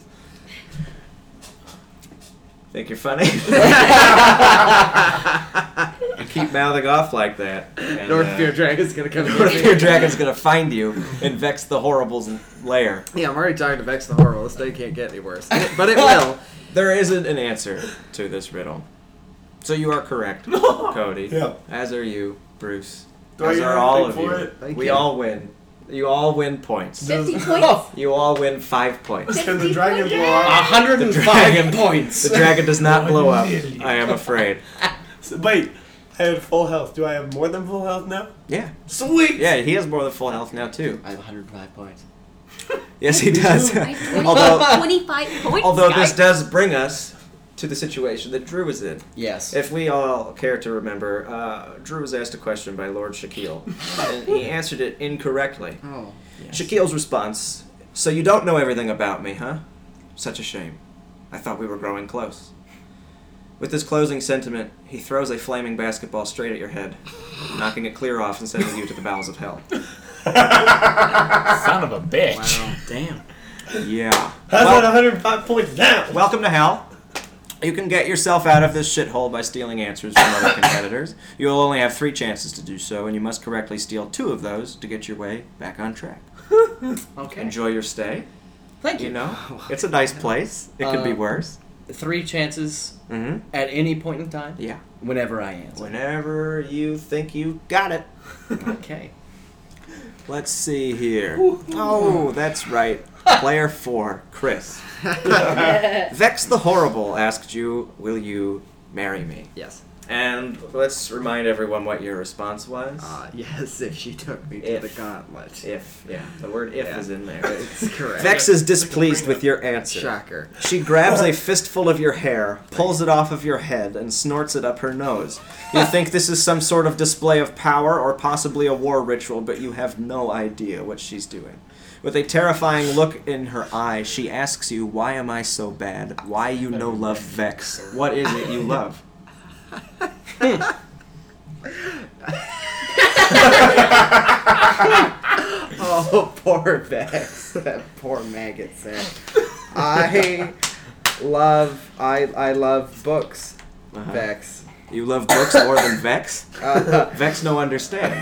B: Think you're funny? you keep mouthing off like that. and, uh,
G: North Pier Dragon's gonna come
B: North
G: get you.
B: Pier Dragon's gonna find you and vex the horrible's lair.
G: Yeah, I'm already talking to Vex the Horrible. This day can't get any worse. But it will.
B: There isn't an answer to this riddle. So you are correct, Cody.
E: Yeah.
B: As are you, Bruce.
E: Do I
B: As
E: get
B: are all of
E: anything
B: you.
E: for it? Thank
B: We
E: you.
B: all win. You all win points.
D: 50
E: Oh,
L: Oh,
D: points?
B: You all win five points.
E: Can the dragon blow up?
L: 105
B: The dragon-
L: points.
B: The dragon does not blow up. I am afraid.
E: So, wait, I had full health. Do I have more than full health now?
B: Yeah.
E: Sweet.
B: Yeah, he has more than full health now too.
L: I have 105 points.
B: Yes, he does.
D: I have 20
B: although,
D: 25 points.
B: although this
D: guys.
B: does bring us to the situation that Drew is in.
L: Yes.
B: If we all care to remember, uh, Drew was asked a question by Lord Shaquille, and he answered it incorrectly.
L: Oh.
B: Shaquille's response So you don't know everything about me, huh? Such a shame. I thought we were growing close. With this closing sentiment, he throws a flaming basketball straight at your head, knocking it clear off and sending you to the bowels of hell.
I: Son of a bitch.
L: Wow. Damn.
B: Yeah.
E: How's
B: Well-
E: that 105 points now?
B: Welcome to hell. You can get yourself out of this shithole by stealing answers from other competitors. You will only have three chances to do so, and you must correctly steal two of those to get your way back on track.
L: Okay.
B: Enjoy your stay.
L: Thank you.
B: You know, it's a nice place. It could be
L: Uh,
B: worse.
L: Three chances
B: Mm-hmm.
L: at any point in time.
B: Yeah.
L: Whenever I answer.
B: Whenever you think you got it.
L: Okay.
B: Let's see here. Oh, that's right. Player four, Chris. Vex the Horrible asked you, Will you marry me?
G: Yes.
B: And let's remind everyone what your response was.
G: Uh, yes, if she took me to
B: If.
G: the gauntlet.
B: if, yeah, the word if
G: Yeah.
B: is in there.
G: It's correct.
B: Vex is displeased with your answer.
G: Shocker.
B: She grabs a fistful of your hair, pulls it off of your head, and snorts it up her nose. You think this is some sort of display of power or possibly a war ritual, but you have no idea what she's doing. With a terrifying look in her eye, she asks you, Why am I so bad? Why you no love Vex? What is it you love?
G: Oh, poor Vex. That poor maggot sack. I love, I, I love books,
B: Uh-huh.
G: Vex.
B: You love books more than Vex?
G: Uh,
B: Vex no understand.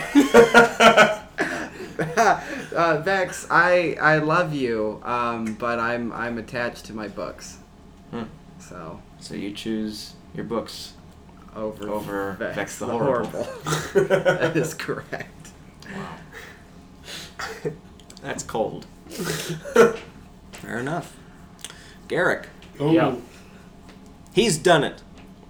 G: uh, Vex, I, I love you, um, but I'm, I'm attached to my books.
B: Hmm.
G: So,
B: So you choose your books.
H: over,
B: Over
H: Vex,
B: Vex the
H: the
B: Horrible.
H: Horrible. that is correct.
B: That's cold. Fair enough. Garrick.
E: Ooh. Yeah.
B: He's done it.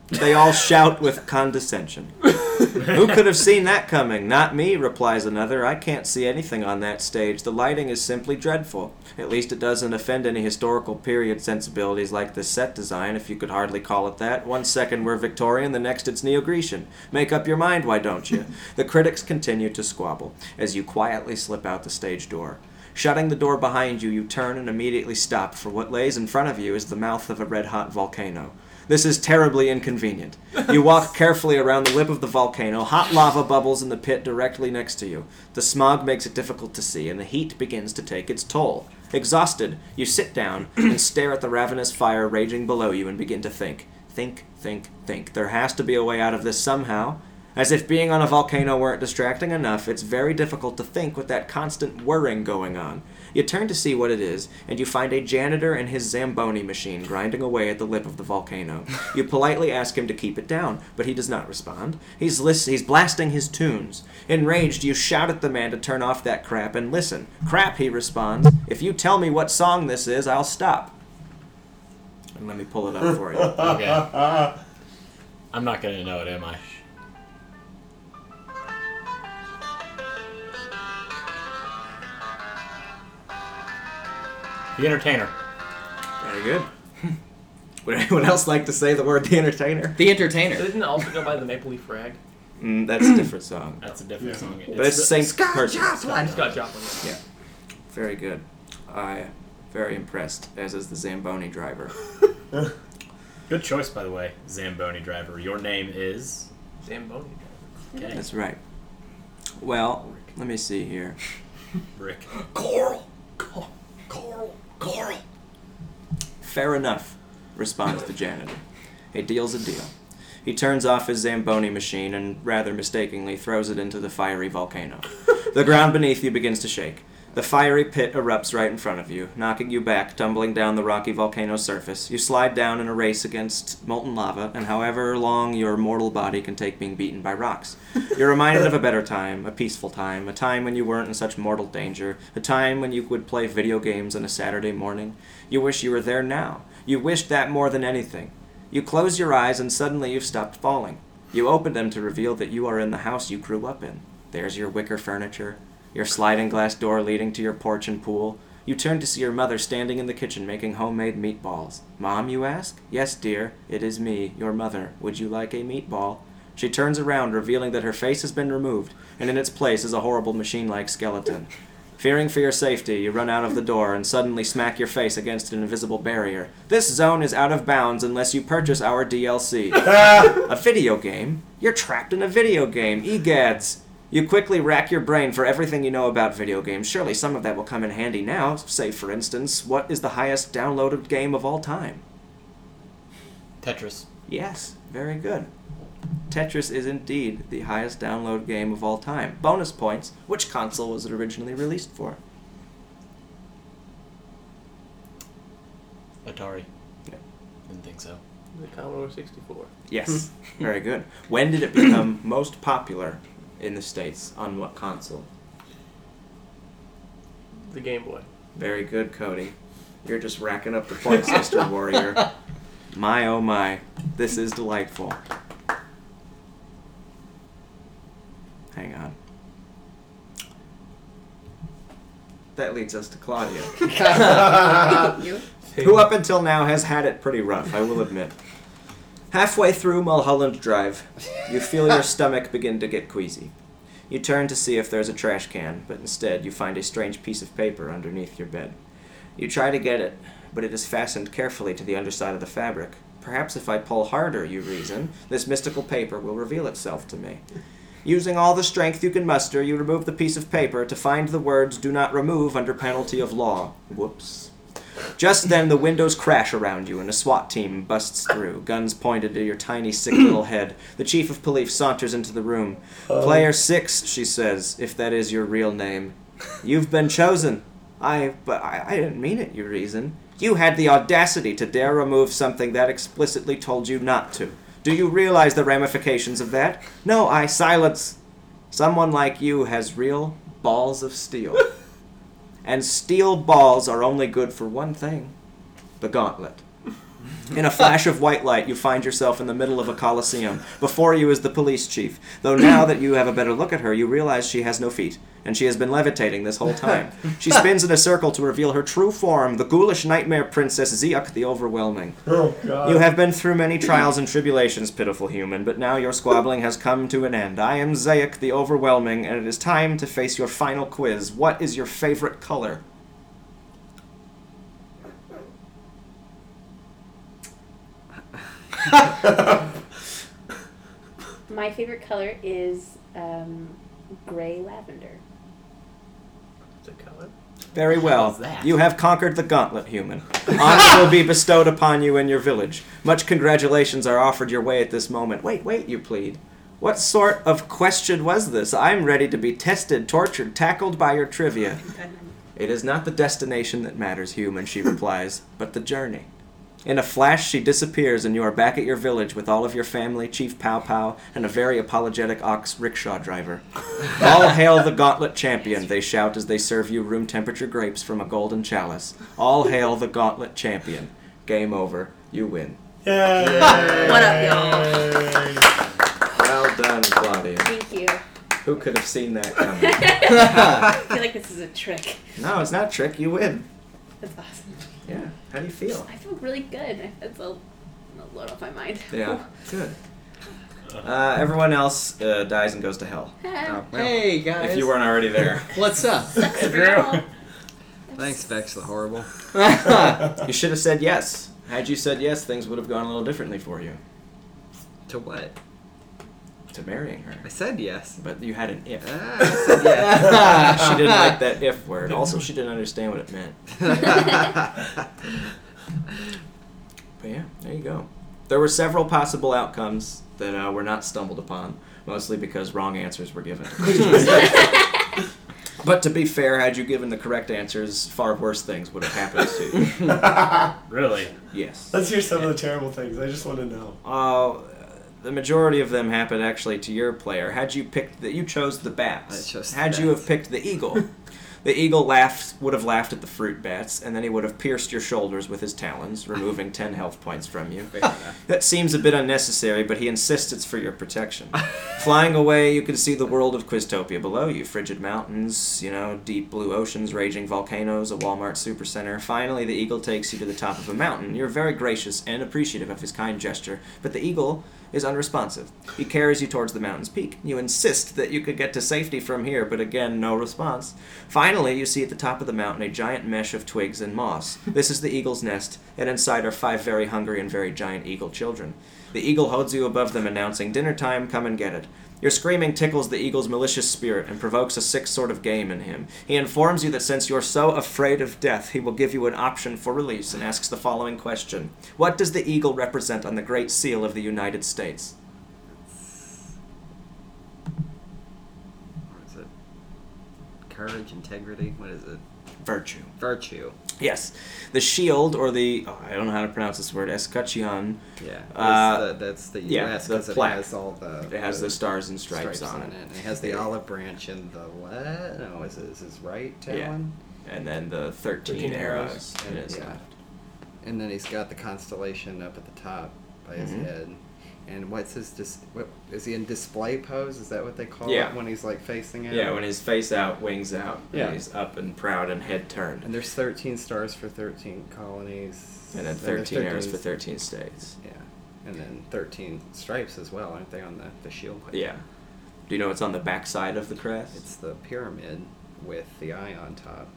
B: They all shout with condescension. Who could have seen that coming? Not me, replies another. I can't see anything on that stage. The lighting is simply dreadful. At least it doesn't offend any historical period sensibilities like this set design, if you could hardly call it that. One second we're Victorian, the next it's Neo Grecian. Make up your mind, why don't you? the critics continue to squabble as you quietly slip out the stage door. Shutting the door behind you, you turn and immediately stop, for what lays in front of you is the mouth of a red hot volcano. This is terribly inconvenient. You walk carefully around the lip of the volcano. Hot lava bubbles in the pit directly next to you. The smog makes it difficult to see, and the heat begins to take its toll. Exhausted, you sit down and stare at the ravenous fire raging below you and begin to think. Think, think, think. There has to be a way out of this somehow. As if being on a volcano weren't distracting enough, it's very difficult to think with that constant whirring going on. You turn to see what it is, and you find a janitor and his Zamboni machine grinding away at the lip of the volcano. You politely ask him to keep it down, but he does not respond. He's lis- he's blasting his tunes. Enraged, you shout at the man to turn off that crap and listen. Crap, he responds. If you tell me what song this is, I'll stop. And let me pull it up for you.
C: Okay. I'm not gonna know it, am I? The Entertainer.
B: Very good. Would anyone else like to say the word The Entertainer?
G: The Entertainer.
F: Doesn't it also go by the Maple Leaf Rag?
B: Mm, that's a different song.
C: That's a different song.
B: But it's the same person.
F: Scott Joplin.
B: Yeah. Very good. I very impressed, as is the Zamboni driver.
C: Good choice, by the way, Zamboni driver. Your name is
F: Zamboni.
C: Okay.
B: That's right. Well, let me see here.
C: Rick.
B: Coral! Coral! Coral! Coral! Fair enough, responds the janitor. A deal's a deal. He turns off his Zamboni machine and, rather mistakenly, throws it into the fiery volcano. the ground beneath you begins to shake. The fiery pit erupts right in front of you, knocking you back, tumbling down the rocky volcano surface. You slide down in a race against molten lava, and however long your mortal body can take being beaten by rocks. You're reminded of a better time, a peaceful time, a time when you weren't in such mortal danger, a time when you would play video games on a Saturday morning. You wish you were there now. You wish that more than anything. You close your eyes and suddenly you've stopped falling. You open them to reveal that you are in the house you grew up in. There's your wicker furniture, your sliding glass door leading to your porch and pool. You turn to see your mother standing in the kitchen making homemade meatballs. Mom, you ask? Yes, dear, it is me, your mother. Would you like a meatball? She turns around, revealing that her face has been removed, and in its place is a horrible machine like skeleton. Fearing for your safety, you run out of the door and suddenly smack your face against an invisible barrier. This zone is out of bounds unless you purchase our DLC. a video game? You're trapped in a video game, egads! You quickly rack your brain for everything you know about video games. Surely some of that will come in handy now. Say, for instance, what is the highest downloaded game of all time?
C: Tetris.
B: Yes, very good. Tetris is indeed the highest download game of all time. Bonus points, which console was it originally released for?
C: Atari.
B: Yeah.
C: Didn't think so.
F: The Commodore 64.
B: Yes, very good. When did it become most popular in the States? On what console?
F: The Game Boy.
B: Very good, Cody. You're just racking up the points, Mr. Warrior. My oh my, this is delightful. Hang on. That leads us to Claudia. Who up until now has had it pretty rough, I will admit. Halfway through Mulholland Drive, you feel your stomach begin to get queasy. You turn to see if there's a trash can, but instead you find a strange piece of paper underneath your bed. You try to get it, but it is fastened carefully to the underside of the fabric. Perhaps if I pull harder, you reason, this mystical paper will reveal itself to me. Using all the strength you can muster, you remove the piece of paper to find the words do not remove under penalty of law. Whoops. Just then, the windows crash around you, and a SWAT team busts through, guns pointed at your tiny, sick little head. The chief of police saunters into the room. Player six, she says, if that is your real name. You've been chosen. I, but I, I didn't mean it, you reason. You had the audacity to dare remove something that explicitly told you not to. Do you realize the ramifications of that? No, I silence. Someone like you has real balls of steel. and steel balls are only good for one thing the gauntlet. In a flash of white light, you find yourself in the middle of a coliseum. Before you is the police chief, though now that you have a better look at her, you realize she has no feet, and she has been levitating this whole time. She spins in a circle to reveal her true form, the ghoulish nightmare princess Zeuk the Overwhelming.
E: Oh, God.
B: You have been through many trials and tribulations, pitiful human, but now your squabbling has come to an end. I am Zeuk the Overwhelming, and it is time to face your final quiz. What is your favorite color?
D: My favorite color is um, gray lavender.
B: Very well.
D: that?
B: You have conquered the gauntlet, human. Honor will be bestowed upon you in your village. Much congratulations are offered your way at this moment. Wait, wait, you plead. What sort of question was this? I'm ready to be tested, tortured, tackled by your trivia. It is not the destination that matters, human, she replies, but the journey. In a flash, she disappears, and you are back at your village with all of your family, Chief Pow Pow, and a very apologetic ox rickshaw driver. all hail the gauntlet champion, they shout as they serve you room temperature grapes from a golden chalice. All hail the gauntlet champion. Game over. You win.
M: What up, y'all?
B: Well done, Claudia.
D: Thank you.
B: Who could have seen that coming?
D: I feel like this is a trick.
B: No, it's not a trick. You win.
D: That's awesome.
B: Yeah. How do you feel?
D: I feel really good. It's a, a load off my mind.
B: Yeah. Good. Uh, everyone else uh, dies and goes to hell.
D: Oh,
N: well. Hey, guys.
B: If you weren't already there.
N: What's up?
B: Thanks, Vex the Horrible. you should have said yes. Had you said yes, things would have gone a little differently for you.
G: To what?
B: To marrying her.
G: I said yes.
B: But you had an if.
G: Ah, I said yes.
B: she didn't like that if word. Also, she didn't understand what it meant. but yeah, there you go. There were several possible outcomes that uh, were not stumbled upon, mostly because wrong answers were given. but to be fair, had you given the correct answers, far worse things would have happened to you.
I: really?
B: Yes.
E: Let's hear some of the terrible things. I just want to know.
B: Uh, the majority of them happened actually to your player. Had you picked that, you chose the bats.
G: I chose the
B: Had you have picked the eagle, the eagle laughed would have laughed at the fruit bats, and then he would have pierced your shoulders with his talons, removing ten health points from you. that seems a bit unnecessary, but he insists it's for your protection. Flying away, you can see the world of Quiztopia below you. Frigid mountains, you know, deep blue oceans, raging volcanoes, a Walmart supercenter. Finally, the eagle takes you to the top of a mountain. You're very gracious and appreciative of his kind gesture, but the eagle is unresponsive. He carries you towards the mountain's peak. You insist that you could get to safety from here, but again, no response. Finally, you see at the top of the mountain a giant mesh of twigs and moss. This is the eagle's nest, and inside are five very hungry and very giant eagle children. The eagle holds you above them, announcing, Dinner time, come and get it. Your screaming tickles the eagle's malicious spirit and provokes a sick sort of game in him. He informs you that since you're so afraid of death, he will give you an option for release and asks the following question What does the eagle represent on the Great Seal of the United States?
G: What is it? Courage, integrity. What is it?
B: Virtue.
G: Virtue.
B: Yes. The shield, or the. Oh, I don't know how to pronounce this word. Escutcheon.
G: Yeah.
B: Uh,
G: It's the- that's the
B: yeah,
G: U.S.
B: the
G: because it
B: plaque.
G: has all the.
B: It has the stars and stripes on it.
G: It has the olive branch and the what? No, is it- is his right talon?
B: Yeah. And then the 13,
G: 13
B: arrows.
G: arrows.
B: in his
G: Yeah.
B: left.
G: And then he's got the constellation up at the top by his
B: Mhm.
G: head. And what's his dis- what is he in display pose? Is that what they call
B: Yeah.
G: it when he's like facing it?
B: Yeah, when his face out, wings out,
G: Yeah.
B: and he's up and proud and head turned.
G: And there's 13 stars for 13 colonies.
B: And then
G: there's
B: 13 arrows for 13 states.
G: Yeah. And then 13 stripes as well, aren't they, on the, the shield?
B: Yeah. Do you know what's on the back side of the crest?
G: It's the pyramid with the eye on top.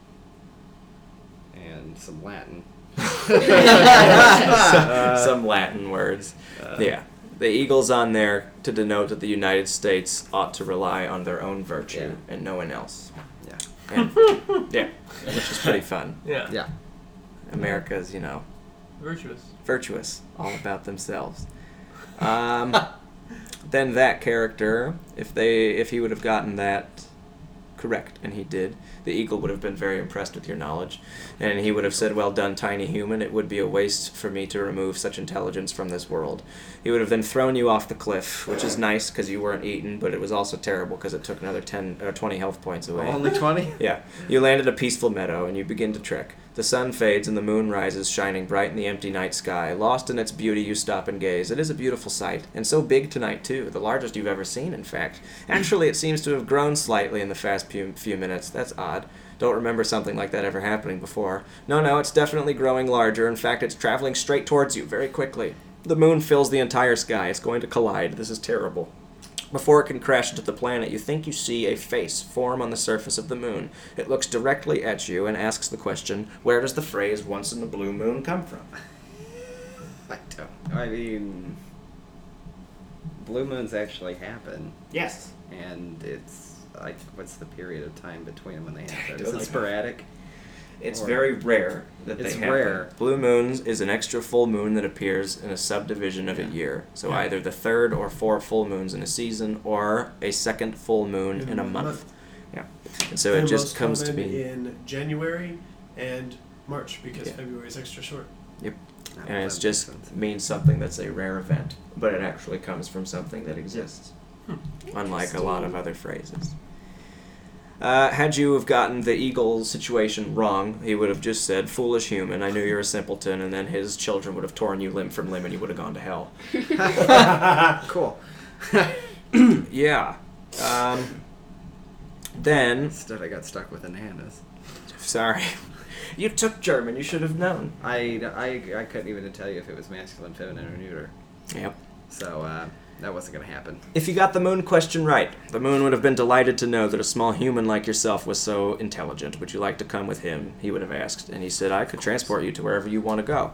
G: And some Latin.
B: some,
G: uh,
B: some Latin words. yeah. The eagle's on there to denote that the United States ought to rely on their own virtue and no one else.
G: Yeah.
B: And, yeah. Which is pretty fun.
F: Yeah.
G: Yeah.
B: America's, you know,
F: Virtuous.
B: virtuous, all about themselves. Uh, Um, then that character, if they, if he would have gotten that, correct, and he did, the eagle would have been very impressed with your knowledge. And he would have said, Well done, tiny human. It would be a waste for me to remove such intelligence from this world. He would have then thrown you off the cliff, which is nice because you weren't eaten, but it was also terrible because it took another 10 or 20 health points away.
H: Only 20?
B: Yeah. You land at a peaceful meadow and you begin to trek. The sun fades and the moon rises, shining bright in the empty night sky. Lost in its beauty, you stop and gaze. It is a beautiful sight, and so big tonight, too. The largest you've ever seen, in fact. Actually, it seems to have grown slightly in the fast few, few minutes. That's odd. Don't remember something like that ever happening before. No, no, it's definitely growing larger. In fact, it's traveling straight towards you very quickly. The moon fills the entire sky. It's going to collide. This is terrible. Before it can crash into the planet, you think you see a face form on the surface of the moon. It looks directly at you and asks the question, Where does the phrase once in the blue moon come from?
H: I don't. I mean, blue moons actually happen.
I: Yes.
H: And it's like, what's the period of time between when they happen? Is
B: It
H: it
B: doesn't-
H: sporadic?
B: It's
H: Or-
B: very rare that they
H: it's
B: happen.
H: rare.
B: Blue moons is an extra full moon that appears in a subdivision of a year. So
H: Yeah.
B: either the third or four full moons in a season, or a second full moon in, a month. Yeah. And so it
O: They're
B: just
O: most
B: comes to
O: common
B: be.
O: in January and March because February is extra short.
B: Yep. And it's just means something that's a rare event, but it actually comes from something that exists, unlike a lot of other phrases. Uh, had you have gotten the eagle situation wrong, he would have just said, "Foolish human, I knew you were a simpleton," and then his children would have torn you limb from limb, and you would have gone to hell.
H: cool.
B: yeah. Um, then
H: instead, I got stuck with ananas.
B: Sorry. You took German. You should have known.
H: I, I, I couldn't even tell you if it was masculine, feminine, or neuter.
B: Yep.
H: So uh, that wasn't going to happen.
B: If you got the moon question right, the moon would have been delighted to know that a small human like yourself was so intelligent. Would you like to come with him? He would have asked. And he said, I could transport you to wherever you want to go.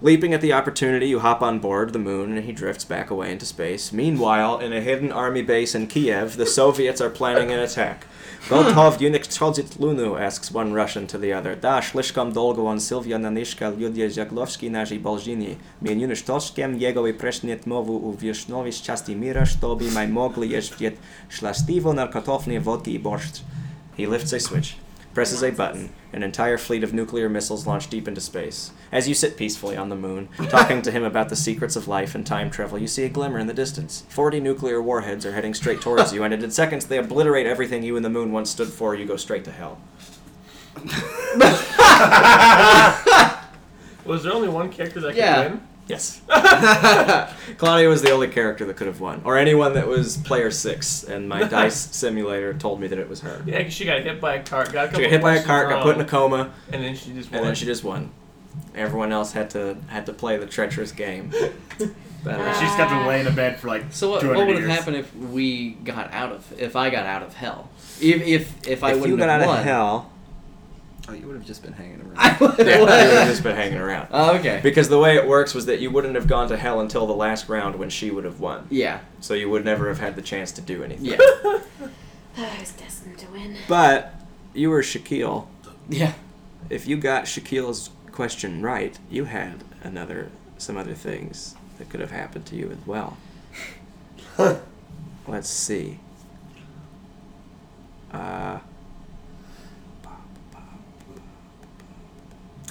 B: Leaping at the opportunity, you hop on board the moon and he drifts back away into space. Meanwhile, in a hidden army base in Kiev, the Soviets are planning an attack. Gontov Yunik Tsodzit Lunu asks one Russian to the other. Da, слишком долго он Sylvia Nanishka Lyudya Zaglovsky nazi Bolzhini. Mieniuny sztoczkiem jego i preszniet mowu u wierzchnowisz части mira, sztobi maj mogli jeszwiet szlastivo narkotownie wodki i borszcz. He lifts a switch, presses a button, an entire fleet of nuclear missiles launch deep into space. As you sit peacefully on the moon, talking to him about the secrets of life and time travel, you see a glimmer in the distance. Forty nuclear warheads are heading straight towards you, and in seconds they obliterate everything you and the moon once stood for. You go straight to hell.
F: Was there only one character that
B: Yeah.
F: could win?
B: Yes. Claudia was the only character that could have won, or anyone that was player six, and my dice simulator told me that it was her.
F: Yeah, 'cause she got hit by a cart. Got a
B: She
F: couple
B: got hit by a
F: questions
B: cart, got put in a
F: wrong,
B: coma,
F: And then she just won.
B: and then she just won. Everyone else had to had to play the treacherous game. But, uh,
I: She just got to lay in a bed for like
G: So what,
I: 200
G: what would have
I: years.
G: happened if we got out of if I got out of hell? If if if I
B: If you
G: wouldn't
B: got
G: have
B: out of
G: won,
B: hell-
H: Oh, you would have just been hanging around.
G: I would
B: Yeah, you
G: have
B: would have just been hanging around.
G: Oh, okay.
B: Because the way it works was that you wouldn't have gone to hell until the last round when she would have won.
G: Yeah.
B: So you would never have had the chance to do anything.
G: Yeah.
J: I was destined to win.
B: But you were Shaquille.
G: Yeah.
B: If you got Shaquille's question right, you had another some other things that could have happened to you as well. Let's see. Uh,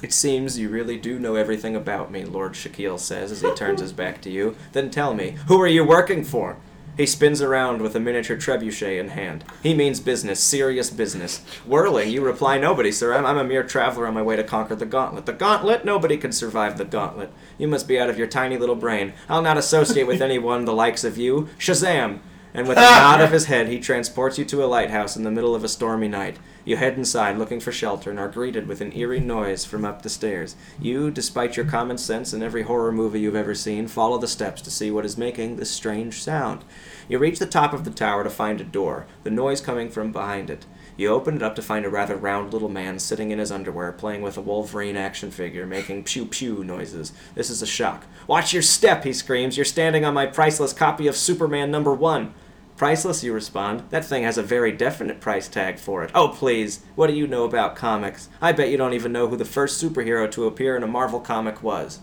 B: It seems you really do know everything about me, Lord Shaquille says as he turns his back to you. Then tell me, who are you working for? He spins around with a miniature trebuchet in hand. He means business, serious business. Whirling, you reply, Nobody, sir. I'm, I'm a mere traveler on my way to conquer the gauntlet. The gauntlet? Nobody can survive the gauntlet. You must be out of your tiny little brain. I'll not associate with anyone the likes of you. Shazam! And with a nod of his head, he transports you to a lighthouse in the middle of a stormy night. You head inside looking for shelter and are greeted with an eerie noise from up the stairs. You, despite your common sense and every horror movie you've ever seen, follow the steps to see what is making this strange sound. You reach the top of the tower to find a door, the noise coming from behind it. You open it up to find a rather round little man sitting in his underwear playing with a Wolverine action figure making pew pew noises. This is a shock. Watch your step, he screams. You're standing on my priceless copy of Superman number one. Priceless, you respond. That thing has a very definite price tag for it. Oh, please, what do you know about comics? I bet you don't even know who the first superhero to appear in a Marvel comic was.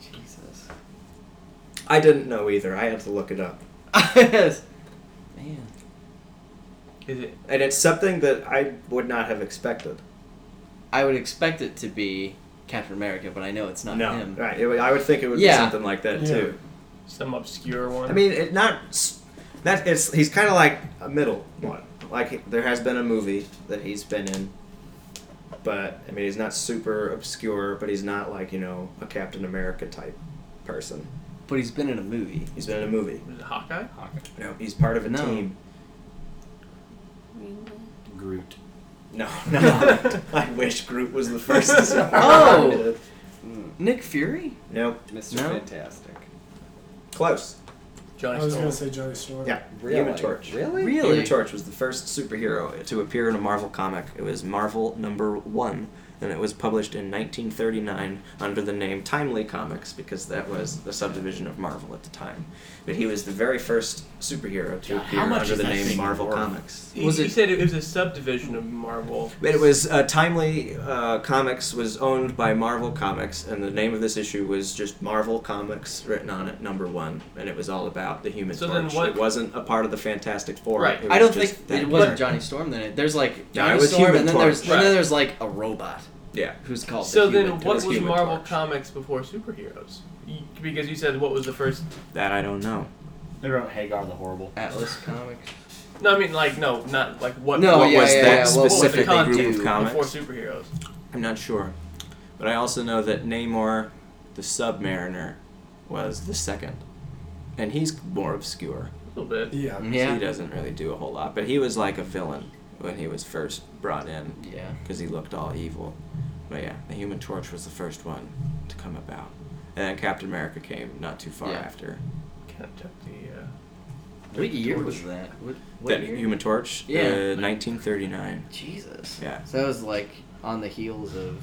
H: Jesus.
B: I didn't know either. I had to look it up.
H: Man.
F: Is it?
B: And it's something that I would not have expected.
G: I would expect it to be Captain America, but I know it's not
B: no,
G: him.
B: right? It would- I would think it would
G: Yeah.
B: be something like that too.
F: Some obscure one.
B: I mean, it not s- that it's he's kind of like a middle one. Like there has been a movie that he's been in, but I mean, he's not super obscure, but he's not like you know a Captain America type person.
G: But he's been in a movie.
B: He's been in a movie.
F: Was it Hawkeye?
C: Hawkeye.
B: No, he's part of a
G: No.
B: team.
C: Groot.
B: No, no. I wish Groot was the first.
G: Oh! Nick Fury?
B: Nope.
H: Mr.
G: No.
H: Fantastic.
B: Close.
F: Johnny
O: I was
F: Storm.
O: gonna say Johnny Storm.
B: Yeah,
H: Really?
B: Human Torch.
H: Really?
G: Really?
B: Human Torch was the first superhero to appear in a Marvel comic. It was Marvel number one, and it was published in 1939 under the name Timely Comics because that was the subdivision of Marvel at the time. But he was the very first superhero to
C: God, how
B: appear
C: much
B: under
C: is
B: the
C: that
B: name
C: thing
B: Marvel
C: worth?
B: Comics.
F: He,
G: Was
F: he
G: it-
F: said it was a subdivision of Marvel.
B: But it was uh, Timely uh, Comics was owned by Marvel Comics, and the name of this issue was just Marvel Comics written on it, number one, and it was all about the Human
F: So then
B: Torch.
F: what-
B: It wasn't a part of the Fantastic Four.
F: Right.
B: It was
G: I don't
B: just
G: think
B: that
G: it wasn't
B: character.
G: Johnny Storm. Then it, there's like
B: No,
G: Johnny
B: it was
G: Storm,
B: Human
G: and then
B: Torch.
G: there's and
F: Right.
G: then there's like a robot
B: Yeah.
G: who's called.
F: So
G: the
F: then,
G: Human
F: what
G: Torch.
F: was
B: Human
F: Marvel
B: Torch.
F: Comics before superheroes? Y- Because you said what was the first?
B: That I don't know.
C: They wrote Hagar the Horrible.
G: Atlas Comics?
F: No, I mean like no, not like what.
G: No,
F: what
G: yeah,
B: was
G: yeah,
B: that
G: yeah.
F: was
G: What was
B: specific
F: the content
B: group of
G: do
B: comics?
F: before superheroes?
B: I'm not sure. But I also know that Namor the Submariner was the second. And he's more obscure.
F: A little bit.
O: Yeah.
B: So he
G: Yeah,
B: doesn't really do a whole lot. But he was like a villain when he was first brought in
G: yeah.
B: because he looked all evil. But yeah, the Human Torch was the first one to come about. And then Captain America came not too far
G: Yeah.
B: after.
F: Kind of took the. Uh,
G: What year was that? What, what
B: that
G: year?
B: Human Torch?
G: Yeah.
B: Uh, 1939.
G: Jesus.
B: Yeah.
G: So that was like on the heels of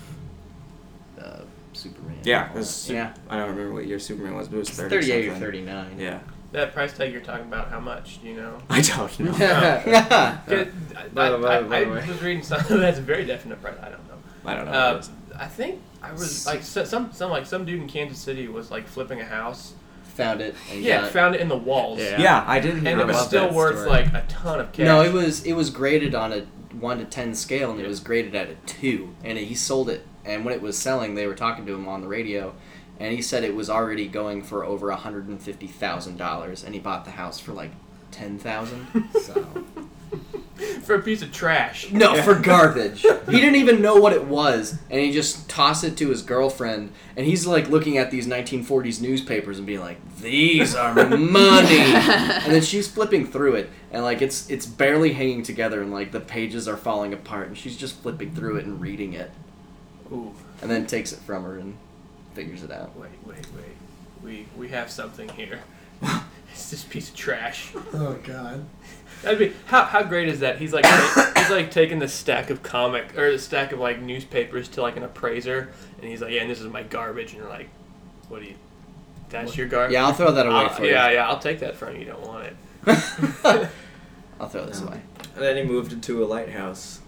G: uh, Superman.
B: Yeah,
G: and all
B: it was
G: that.
B: Su-
G: yeah.
B: I don't remember what year Superman was, but it was
G: It's
B: 30
G: 38 or
B: something.
G: 39.
B: Yeah.
F: that price tag you're talking about, how much? Do you know?
B: I don't know.
G: Uh,
F: Good. I,
H: by the
F: I,
H: way, by
F: I,
H: the way.
F: I was reading something that's very definite price. I don't know.
B: I don't know.
F: Uh, I think I was like so- some some like some dude in Kansas City was like flipping a house.
G: Found it. And
F: Yeah,
G: got it.
F: found it in the walls.
G: Yeah.
B: yeah. I didn't hear
F: And it was
B: about
F: still
B: that
F: worth
B: story.
F: like a ton of cash.
G: No, it was it was graded on a one to ten scale, and it was graded at a two. And he sold it. And when it was selling, they were talking to him on the radio, and he said it was already going for over hundred and fifty thousand dollars, and he bought the house for like ten thousand. So
F: for a piece of trash.
G: no, for garbage. he didn't even know what it was, and he just tossed it to his girlfriend, and he's like looking at these nineteen forties newspapers and being like, "These are money." and then she's flipping through it, and like it's it's barely hanging together, and like the pages are falling apart, and she's just flipping through it and reading it,
F: Ooh,
G: and then takes it from her and figures it out.
F: wait, wait, wait. We we have something here. it's this piece of trash.
O: Oh God.
F: That'd be how, how great is that? He's like ta- he's like taking the stack of comic or the stack of like newspapers to like an appraiser, and he's like, yeah, and this is my garbage, and you're like, what do you? That's your garbage.
G: Yeah, I'll throw that away for
F: Uh, yeah, yeah, I'll take that from you. You don't want it.
G: you. I'll throw this away.
B: And then he moved into a lighthouse.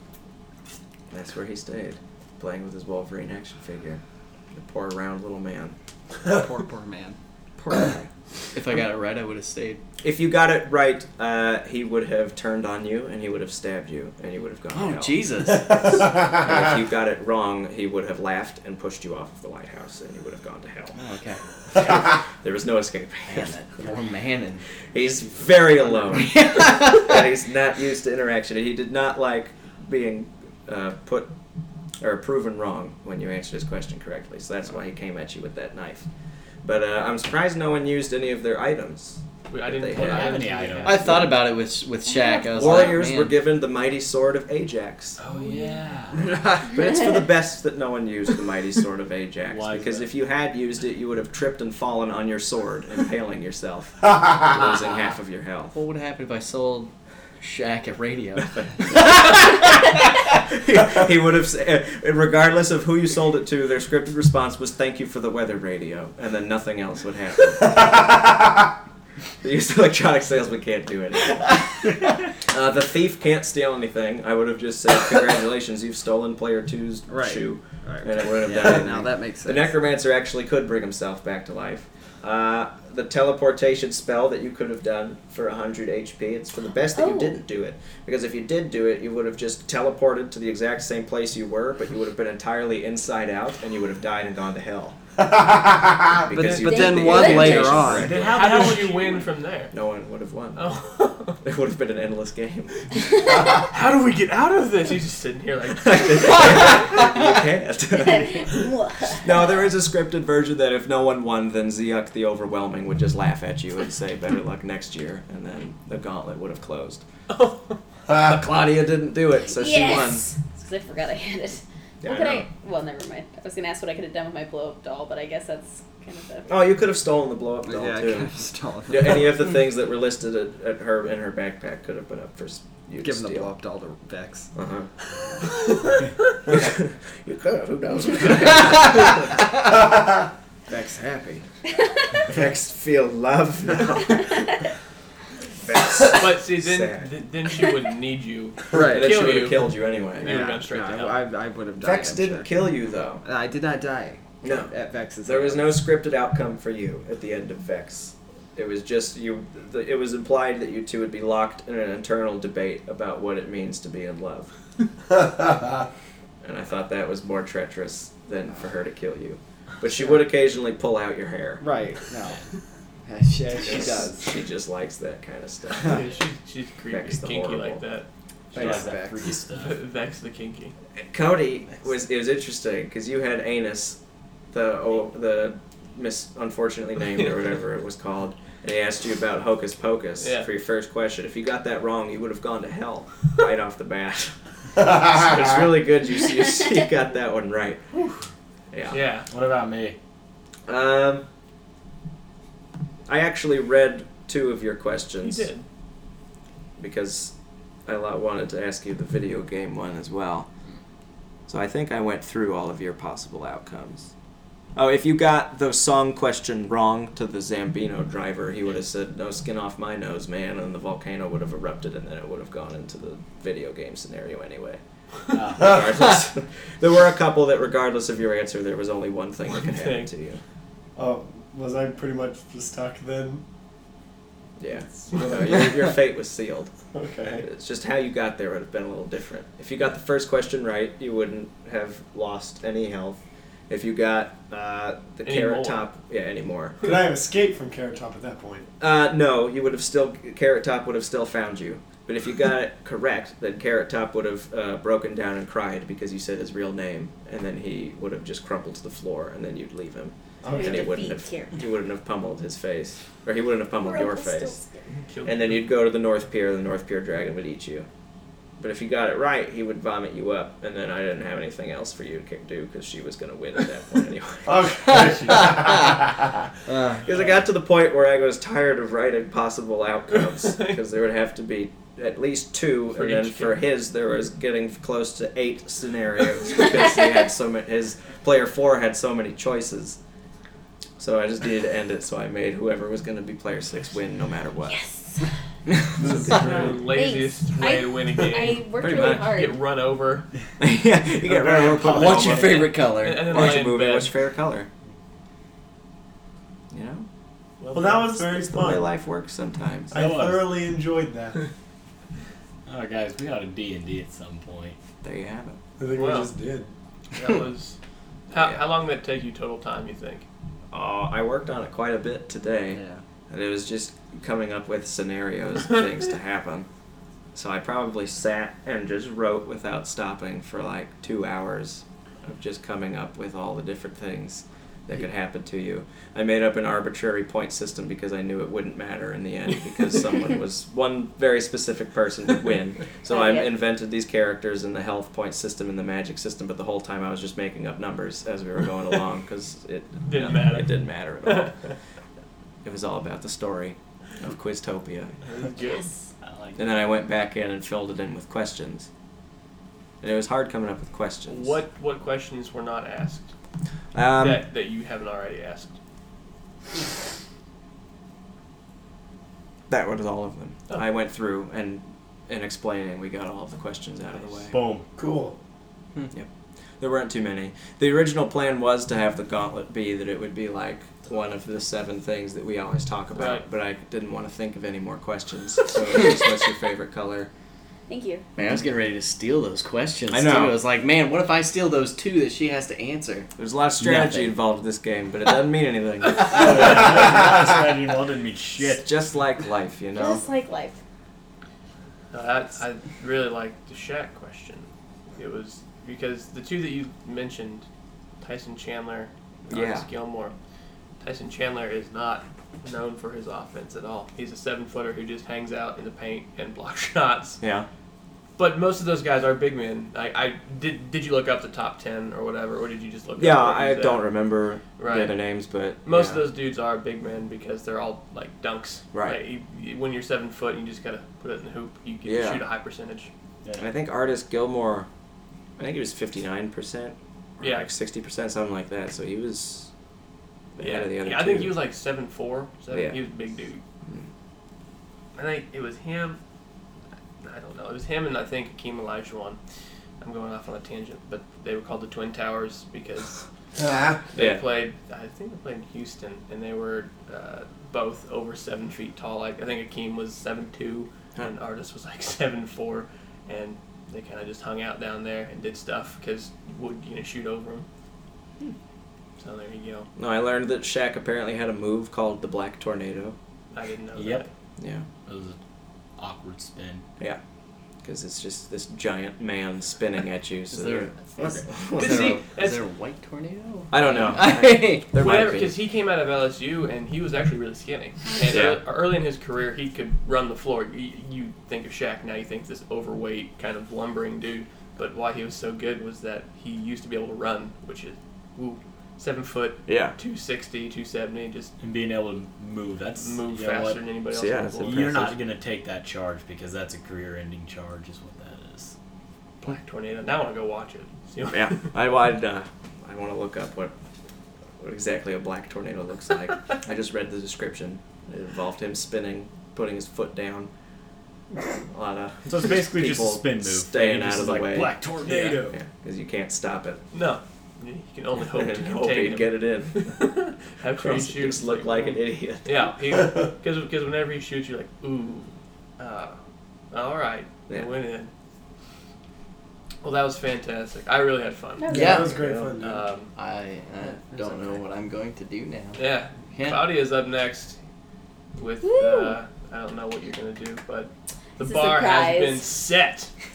B: That's where he stayed, playing with his Wolverine action figure. The poor round little man.
G: poor poor man.
B: Poor guy.
G: If I got it right, I would have stayed.
B: if you got it right, uh, he would have turned on you and he would have stabbed you and you would have gone. to
G: Oh
B: hell.
G: Jesus!
B: And if you got it wrong, he would have laughed and pushed you off of the lighthouse and you would have gone to hell.
G: okay, Ah.
B: There was no escaping.
G: man, that poor man and
B: He's very alone. and he's not used to interaction. He did not like being uh, put or proven wrong when you answered his question correctly. So that's why he came at you with that knife. But uh, I'm surprised no one used any of their items.
F: We- I
B: that
F: didn't
B: they
F: put-
B: had.
F: I
C: have
F: didn't
C: any
F: do
C: items.
F: that.
G: I thought about it with with Shaq. I was
B: Warriors
G: like,
B: were
G: man.
B: given the mighty sword of Ajax.
F: Oh yeah.
B: But it's for the best that no one used the mighty sword of Ajax.
C: Why is
B: because
C: that?
B: if you had used it, you would have tripped and fallen on your sword, impaling yourself, losing half of your health.
G: What would happen if I sold Shaq a radio?
B: he would have, s- uh, regardless of who you sold it to, their scripted response was "Thank you for the weather radio," and then nothing else would happen. The use of electronic sales, we can't do anything. uh, the thief can't steal anything. I would have just said, congratulations, you've stolen player two's
H: Right.
B: shoe.
H: Right.
B: And it wouldn't have
H: Yeah,
B: done anything.
H: now that makes
B: The
H: sense.
B: necromancer actually could bring himself back to life. Uh, the teleportation spell that you could have done for 100 HP, it's for the best that
J: Oh.
B: you didn't do it. Because if you did do it, you would have just teleported to the exact same place you were, but you would have been entirely inside out, and you would have died and gone to hell. Because
H: Ah, But-
B: you
H: but
B: did
H: then
B: the
H: one
B: incantation
H: later
B: correctly.
H: on.
F: Then how, how would you win from there?
B: No one would have won.
F: Oh.
B: It would have been an endless game.
F: How do we get out of this? He's just sitting here like.
B: you can't. no, there is a scripted version that if no one won, then Zeok the Overwhelming would just laugh at you and say, better luck next year, and then the gauntlet would have closed. Ah, Claudia didn't do it, so
J: yes! Because I forgot I had it.
B: Yeah,
J: what
B: I
J: could
B: know.
J: I? Well, never mind. I was gonna ask what I could have done with my blow up doll, but I guess that's kind of the.
B: she won. Oh, you could have stolen the blow up doll,
H: Yeah, I
B: too.
H: could have stolen
B: Yeah,
H: the-
B: Any of the things that were listed at, at her in her backpack could have been up for s- you
H: Give him the
B: to steal.
H: blow up doll to Vex.
B: Uh-huh. you could have, who knows?
H: Vex happy.
B: Vex feel love now. Vex.
F: but see, then
B: Sad.
F: th- then she wouldn't need you.
H: Right.
B: Then she
F: Kill
B: would
F: you.
B: have killed you anyway.
F: And you would have gone straight to hell.
H: I, I, I would have died.
B: Vex didn't kill you though.
H: I did not die.
B: No.
H: At Vex's.
B: There was no scripted outcome for you at the end of Vex. It was just you. The, it was implied that you two would be locked in an internal debate about what it means to be in love. and I thought that was more treacherous than for her to kill you. But she would occasionally pull out your hair.
H: Right. No. Yeah, she, she
B: Yes,
H: does.
B: She just likes that kind of stuff.
F: Yeah, she, she's creepy,
B: Vex the
F: kinky like
B: horrible.
F: that.
H: Vex
F: likes
H: the
F: that
H: Vex.
F: freaky stuff. Vex the kinky.
B: Cody was it was interesting because you had anus, the oh, the mis unfortunately named or whatever it was called, and he asked you about hocus pocus
F: Yeah.
B: for your first question. If you got that wrong, you would have gone to hell right off the bat. so it's really good you, you you got that one right. Yeah.
F: Yeah.
C: What about me?
B: Um, I actually read two of your questions.
F: You did.
B: Because I lo- wanted to ask you the video game one as well. So I think I went through all of your possible outcomes. Oh, if you got the song question wrong to the Zambino driver, he would have said, No skin off my nose, man, and the volcano would have erupted, and then it would have gone into the video game scenario anyway. Regardless. there were a couple that, regardless of your answer, there was only one thing that could happen
F: thing.
B: to you.
O: Oh, was I pretty much stuck then?
B: Yeah. No, your, your fate was sealed.
O: Okay.
B: It's just how you got there would have been a little different. If you got the first question right, you wouldn't have lost any health. If you got uh, the
F: Any
B: carrot
F: more.
B: top, yeah, anymore.
O: Could I have escaped from Carrot Top at that point?
B: Uh, no, you would have still carrot top would have still found you. But if you got it correct, then carrot top would have uh, broken down and cried because you said his real name, and then he would have just crumpled to the floor, and then you'd leave him,
O: Okay.
B: and he wouldn't
J: Defeat
B: have
J: Carrot
B: you wouldn't have pummeled his face, or he wouldn't have pummeled your face.
F: Killed
B: And then you'd go to the North Pier, and the North Pier dragon would eat you. But if you got it right, he would vomit you up, and then I didn't have anything else for you to do because she was going to win at that point anyway. Because I got to the point where I was tired of writing possible outcomes because there would have to be at least two,
F: For
B: and then
F: each
B: for his there was getting close to eight scenarios because he had so many. His player four had so many choices. So I just needed to end it. So I made whoever was going to be player six win no matter what.
J: Yes.
F: the laziest way to win a game.
J: I worked
B: Pretty
J: really
B: much.
J: hard.
F: Get run over.
B: yeah, you got rid of her.
G: What's your favorite color?
F: And, and then
B: Watch
F: lay
B: a
F: in
B: movie.
F: bed.
B: What's your favorite color? You know,
O: Well, that was very
B: it's the way
O: fun.
B: life works sometimes.
O: I thoroughly enjoyed that.
C: Oh, guys, we ought to D and D at some point.
B: There you have it.
O: I think we
F: Well.
O: just did.
F: That was. How, how long did it take you total time? You think?
B: Uh, I worked on it quite a bit today.
H: Yeah.
B: and it was just coming up with scenarios and things to happen. So I probably sat and just wrote without stopping for like two hours of just coming up with all the different things that could happen to you. I made up an arbitrary point system because I knew it wouldn't matter in the end because someone was one very specific person would win. So I
J: Yeah.
B: invented these characters and the health point system and the magic system, but the whole time I was just making up numbers as we were going along because it
F: Didn't matter.
B: It didn't matter at all. It was all about the story of Quiztopia.
J: yes.
C: I like
B: And then I went back in and filled it in with questions. And it was hard coming up with questions.
F: What what questions were not asked
B: Um,
F: that that you haven't already asked?
B: That was all of them.
O: Oh.
B: I went through and and explaining. We got all of the questions out of the way.
O: Boom. Cool.
B: Yep. There weren't too many. The original plan was to have the gauntlet be that it would be like one of the seven things that we always talk about,
F: Right.
B: but I didn't want to think of any more questions. So it was just, what's your favorite color?
J: Thank you.
G: Man, I was getting ready to steal those questions.
B: I know.
G: Too. I was like, man, what if I steal those two that she has to answer?
B: There's a lot of strategy
G: Nothing.
B: involved in this game, but it doesn't mean anything.
G: strategy
F: involved didn't mean shit.
B: It's just like life, you know.
J: Just like life.
F: No, I, I really like the Shaq question. It was because the two that you mentioned, Tyson Chandler, and Artis
B: Yeah.
F: Gilmore. Tyson Chandler is not known for his offense at all. He's a seven footer who just hangs out in the paint and blocks shots.
B: Yeah.
F: But most of those guys are big men. I, I did. Did you look up the top ten or whatever, or did you just look?
B: Yeah,
F: up where
B: I
F: he's at?
B: don't remember
F: Right.
B: the other names, but
F: Most
B: yeah.
F: of those dudes are big men because they're all like dunks.
B: Right.
F: Like, you, you- when you're seven foot, and you just gotta put it in the hoop. You get
B: Yeah.
F: to shoot a high percentage.
B: And I think artist Gilmore, I think he was fifty nine percent.
F: Yeah.
B: like sixty percent, something like that. So he was ahead
F: Yeah,
B: of the other
F: yeah, I think
B: two.
F: he was like seven four. Seven,
B: Yeah. Hmm.
F: He was a big dude. I think it was him. I don't know. It was him and I think Akeem Olajuwon. I'm going off on a tangent, but they were called the Twin Towers because
O: Ah.
F: they
B: Yeah.
F: played. I think they played in Houston, and they were uh, both over seven feet tall. Like I think Akeem was seven two, and Artis was like seven four, and they kind of just hung out down there and did stuff because would you know shoot over them. So there you go.
B: No, I learned that Shaq apparently had a move called the Black Tornado.
F: I didn't know
C: Yep.
B: Yeah.
C: It was an awkward spin.
B: Yeah. Because it's just this giant man spinning at you. So
G: there-
B: that's-
G: is-
B: that's-
F: Did he-
G: Is there a white tornado?
B: I don't know. there might be.
F: because he came out of LSU and he was actually really skinny. And
B: Yeah.
F: ear- early in his career, he could run the floor. You, you think of Shaq now, you think this overweight kind of lumbering dude. But why he was so good was that he used to be able to run, which is ooh, seven foot,
B: Yeah.
F: 260, 270, just
C: And being able to move, that's
F: Move
C: you know
F: faster
C: what?
F: than anybody
B: So, else yeah, on the it's floor.
C: You're not
B: impressive.
C: gonna take that charge because that's a career-ending charge, is what that is.
F: black tornado. Now I want to go watch it. See what-
B: yeah. I would. Uh, I want to look up what what exactly a black tornado looks like. I just read the description. It involved him spinning, putting his foot down. A lot of
O: So it's basically just a
B: people
O: spin move.
B: staying
O: You're
B: out
O: just
B: of the
O: like,
B: way.
O: "Black tornado."
B: Yeah, because you can't stop it.
F: No. You can only hope to
B: And hope
F: contain
B: he'd
F: him.
B: get it in.
F: How can you
B: Cross-
F: shoot?
B: just look like an idiot.
F: Yeah, because because whenever he shoots, you're like, ooh, uh, all right,
B: Yeah.
F: it went in. Well, that was fantastic. I really had fun.
G: That was Yeah.
O: That was great fun. dude.
F: Um,
G: I uh, don't know what I'm going to do now.
F: yeah,
G: Yeah.
F: Claudia's up next with
J: Woo.
F: uh, I don't know what you're gonna do, but the
J: It's a
F: bar has
J: surprise.
F: been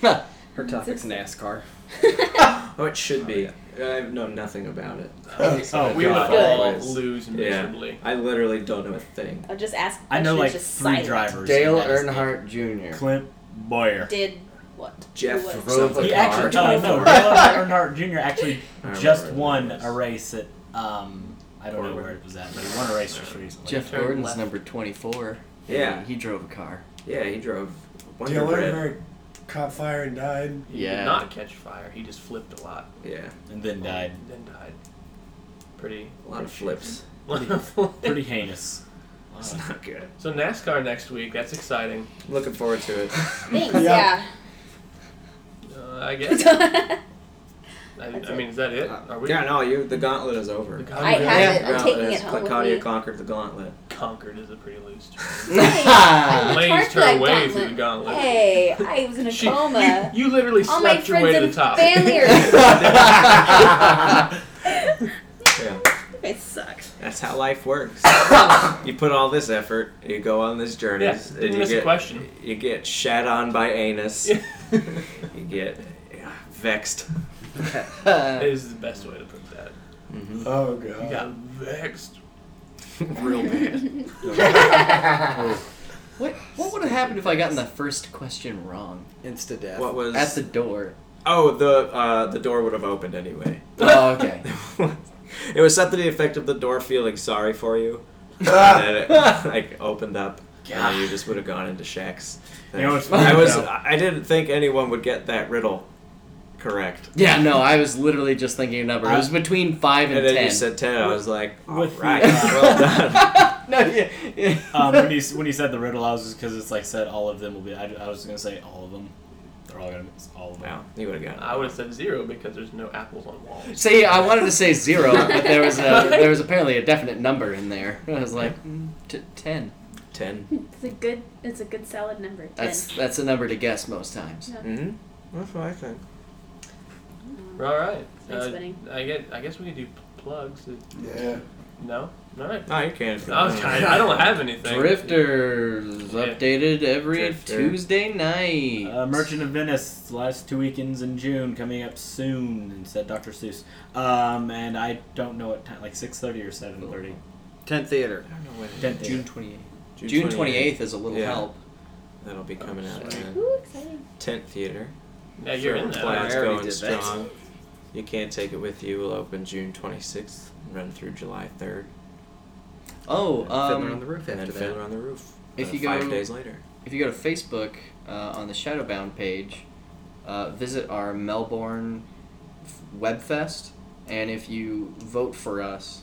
F: set.
H: Her topic's NASCAR.
B: Oh, it should be. I know nothing about it.
C: Oh,
F: we would
C: God.
F: all
B: Anyways.
F: lose
B: Yeah.
F: miserably.
B: I literally don't know a thing.
J: I'll just ask.
C: I know
J: questions,
C: like three
J: just silent.
C: drivers.
G: Dale
C: and that's-
G: Earnhardt Jr.
O: Clint Boyer.
J: Did what?
B: Jeff
J: What?
B: drove a
C: He
B: car.
C: actually, oh no, Dale Earnhardt Jr. actually
B: I
C: just
B: remember
C: won
B: that.
C: a race at um, I don't know
B: Corbin.
C: where it was at, but he won a race just recently.
G: Jeff
F: Turn
G: Gordon's
F: left.
G: number 24.
B: Yeah.
G: He drove a car.
B: Yeah, he drove
E: uh,
B: Wonder
O: Dale
B: Bread.
O: Earnhardt caught fire and died.
F: He
G: Yeah.
F: did not catch fire. He just flipped a lot
B: Yeah,
C: and then died.
F: and then died. Pretty.
B: a lot of flips.
C: Pretty heinous.
B: It's not good.
F: So NASCAR next week. That's exciting.
B: I'm looking forward to it.
J: Thanks.
O: Yeah.
J: Yeah.
F: Uh, I guess. I, I mean, is that it? Are we
B: Yeah, no, you. The gauntlet is over.
F: The
J: I
F: Conquered,
J: have
B: Yeah,
J: it.
B: the
J: I'm
B: gauntlet
J: taking
B: is-
J: it home with
B: Claudia
J: me.
B: conquered the gauntlet.
F: Conquered is a pretty loose term.
J: Hey, I
F: Blazed
J: twerked
F: her
J: that
F: way
J: gauntlet.
F: through the gauntlet.
J: Hey, I was in a
F: She-
J: coma.
F: You, you literally
J: All my
F: slept your way
J: friends
F: to
J: and
F: the top.
J: family are.
B: Yeah,
J: it sucks.
B: that's how life works. you put all this effort, you go on this journey,
F: Yeah,
B: and
F: didn't
B: you
F: miss a
B: get
F: question.
B: you get shat on by anus.
F: Yeah.
B: you get yeah, vexed.
F: That is the best way to put that.
E: Mm-hmm.
O: Oh
F: You
O: god.
F: got vexed.
B: Real bad.
G: What What would have happened if I gotten the first question wrong? Insta death.
B: What was-
G: at the door?
B: Oh, the uh, the door would have opened anyway.
G: Oh, okay.
B: it was something to the effect of the door feeling sorry for you. and then it like opened up. And then you just would have gone into Shaq's.
O: You know, it's
B: I
O: funny,
B: was
O: though.
B: I didn't think anyone would get that riddle. correct.
G: Yeah, no, I was literally just thinking a number. It was between five and,
B: And then
G: ten.
B: you said ten. I was like, all
G: With the-
B: right, well done.
G: no, yeah, yeah.
C: um, when you when you said the riddle, I was just because it's like said all of them will be. I, I was gonna say all of them. They're all gonna be it's all of them.
B: you would have got.
F: I would have said zero because there's no apples on walls.
G: See, I wanted to say zero, but there was a there was apparently a definite number in there. I was like mm, t- ten.
B: Ten.
J: It's a good. It's a good solid number. Ten.
G: That's that's a number to guess most times.
J: Yeah.
B: Mm-hmm. That's what I think.
F: All right.
J: Thanks,
F: Uh,
J: Benny.
F: I get. I guess we could do p- plugs. Uh,
O: Yeah.
F: No. All right.
B: No, you can't.
F: No, I, I don't have anything.
G: Drifters updated every
B: Drifter.
G: Tuesday night.
C: Uh, Merchant of Venice, last two weekends in June, coming up soon, said Dr. Seuss. Um, and I don't know what time, like 6.30 or 7.30.
G: Ten theater.
B: I don't know when. it is.
C: 10th
G: June twenty eighth. June twenty eighth is a little
B: Yeah.
G: help.
B: That'll be coming out in the
J: Ooh, exciting.
B: tent theater.
F: Yeah, you're in that.
B: Plan's
G: I already
B: going
G: did that.
B: strong. You can't take it with you. Will open June 26th, run through July 3rd,
G: Oh, um,
B: Fiddler on the Roof, and then
G: after that.
B: Fiddler on the Roof.
G: If
B: uh,
G: you
B: five
G: go-
B: days later.
G: If you go to Facebook uh, on the Shadowbound page, uh, visit our Melbourne f- Webfest, and if you vote for us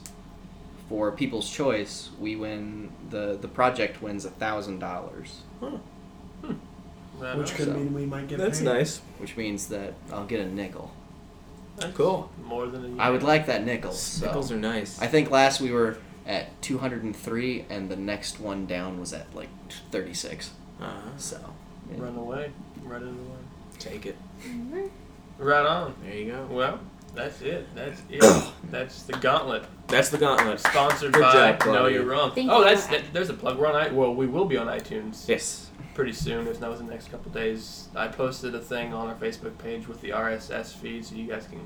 G: for People's Choice, we win the the project wins a thousand dollars,
F: Right
O: Which
F: on.
O: could
G: So.
O: mean we might get
B: That's
O: paid.
B: nice.
G: which means that I'll get a nickel.
F: That's
B: Cool.
F: More than a year.
G: I would like that nickel. So.
B: Nickels are nice.
G: I think last we were at two hundred and three, and the next one down was at like thirty six.
B: uh
G: So
F: Run away. Run it away.
B: Take it.
F: Right on.
B: There you go.
F: Well, that's it. That's it. that's the gauntlet.
B: That's the gauntlet.
F: Sponsored
B: Good
F: by
B: job,
F: No
B: Claudia.
F: You're Wrong.
J: Thank
F: oh,
J: you.
F: that's that, there's a plug. We're on I, well, we will be on iTunes
B: Yes.
F: pretty soon, if not within the next couple days. I posted a thing on our Facebook page with the RSS feed, so you guys can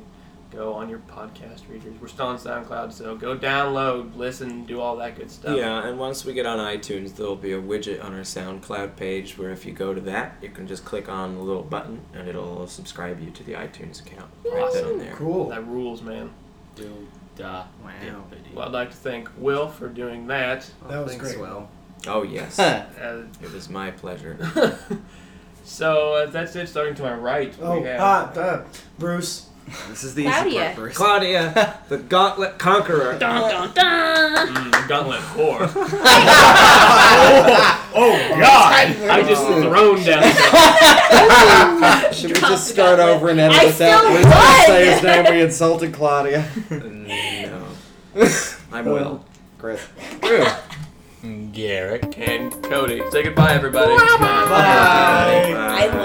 F: go on your podcast readers. We're still on SoundCloud, so go download, listen, do all that good stuff.
B: Yeah, and once we get on iTunes, there'll be a widget on our SoundCloud page where if you go to that, you can just click on the little button and it'll subscribe you to the iTunes account. Right then and there.
O: Cool.
F: That rules, man.
C: Dude, duh.
H: Wow.
F: Well, I'd like to thank Will for doing that.
O: That was
G: thanks,
O: great.
G: Will.
B: Oh, yes.
G: Huh.
F: Uh,
B: it was my pleasure.
F: so uh, that's it. Starting to my right,
O: Oh,
F: we have
O: ah, duh. Bruce.
H: This is the
J: Claudia.
H: easy part first.
B: Claudia, the Gauntlet Conqueror.
J: Dun dun dun.
F: mm, Gauntlet Whore.
O: Oh, God.
F: I just thrown down.
H: Should we just start over and edit
J: I
H: this out?
J: still
H: We didn't
J: won!
H: say his name. We insulted Claudia.
B: Mm, no. I'm Will.
H: Chris.
C: Garrick.
F: and Cody. Say goodbye, everybody.
J: Bye.
B: Bye. Uh,
J: I love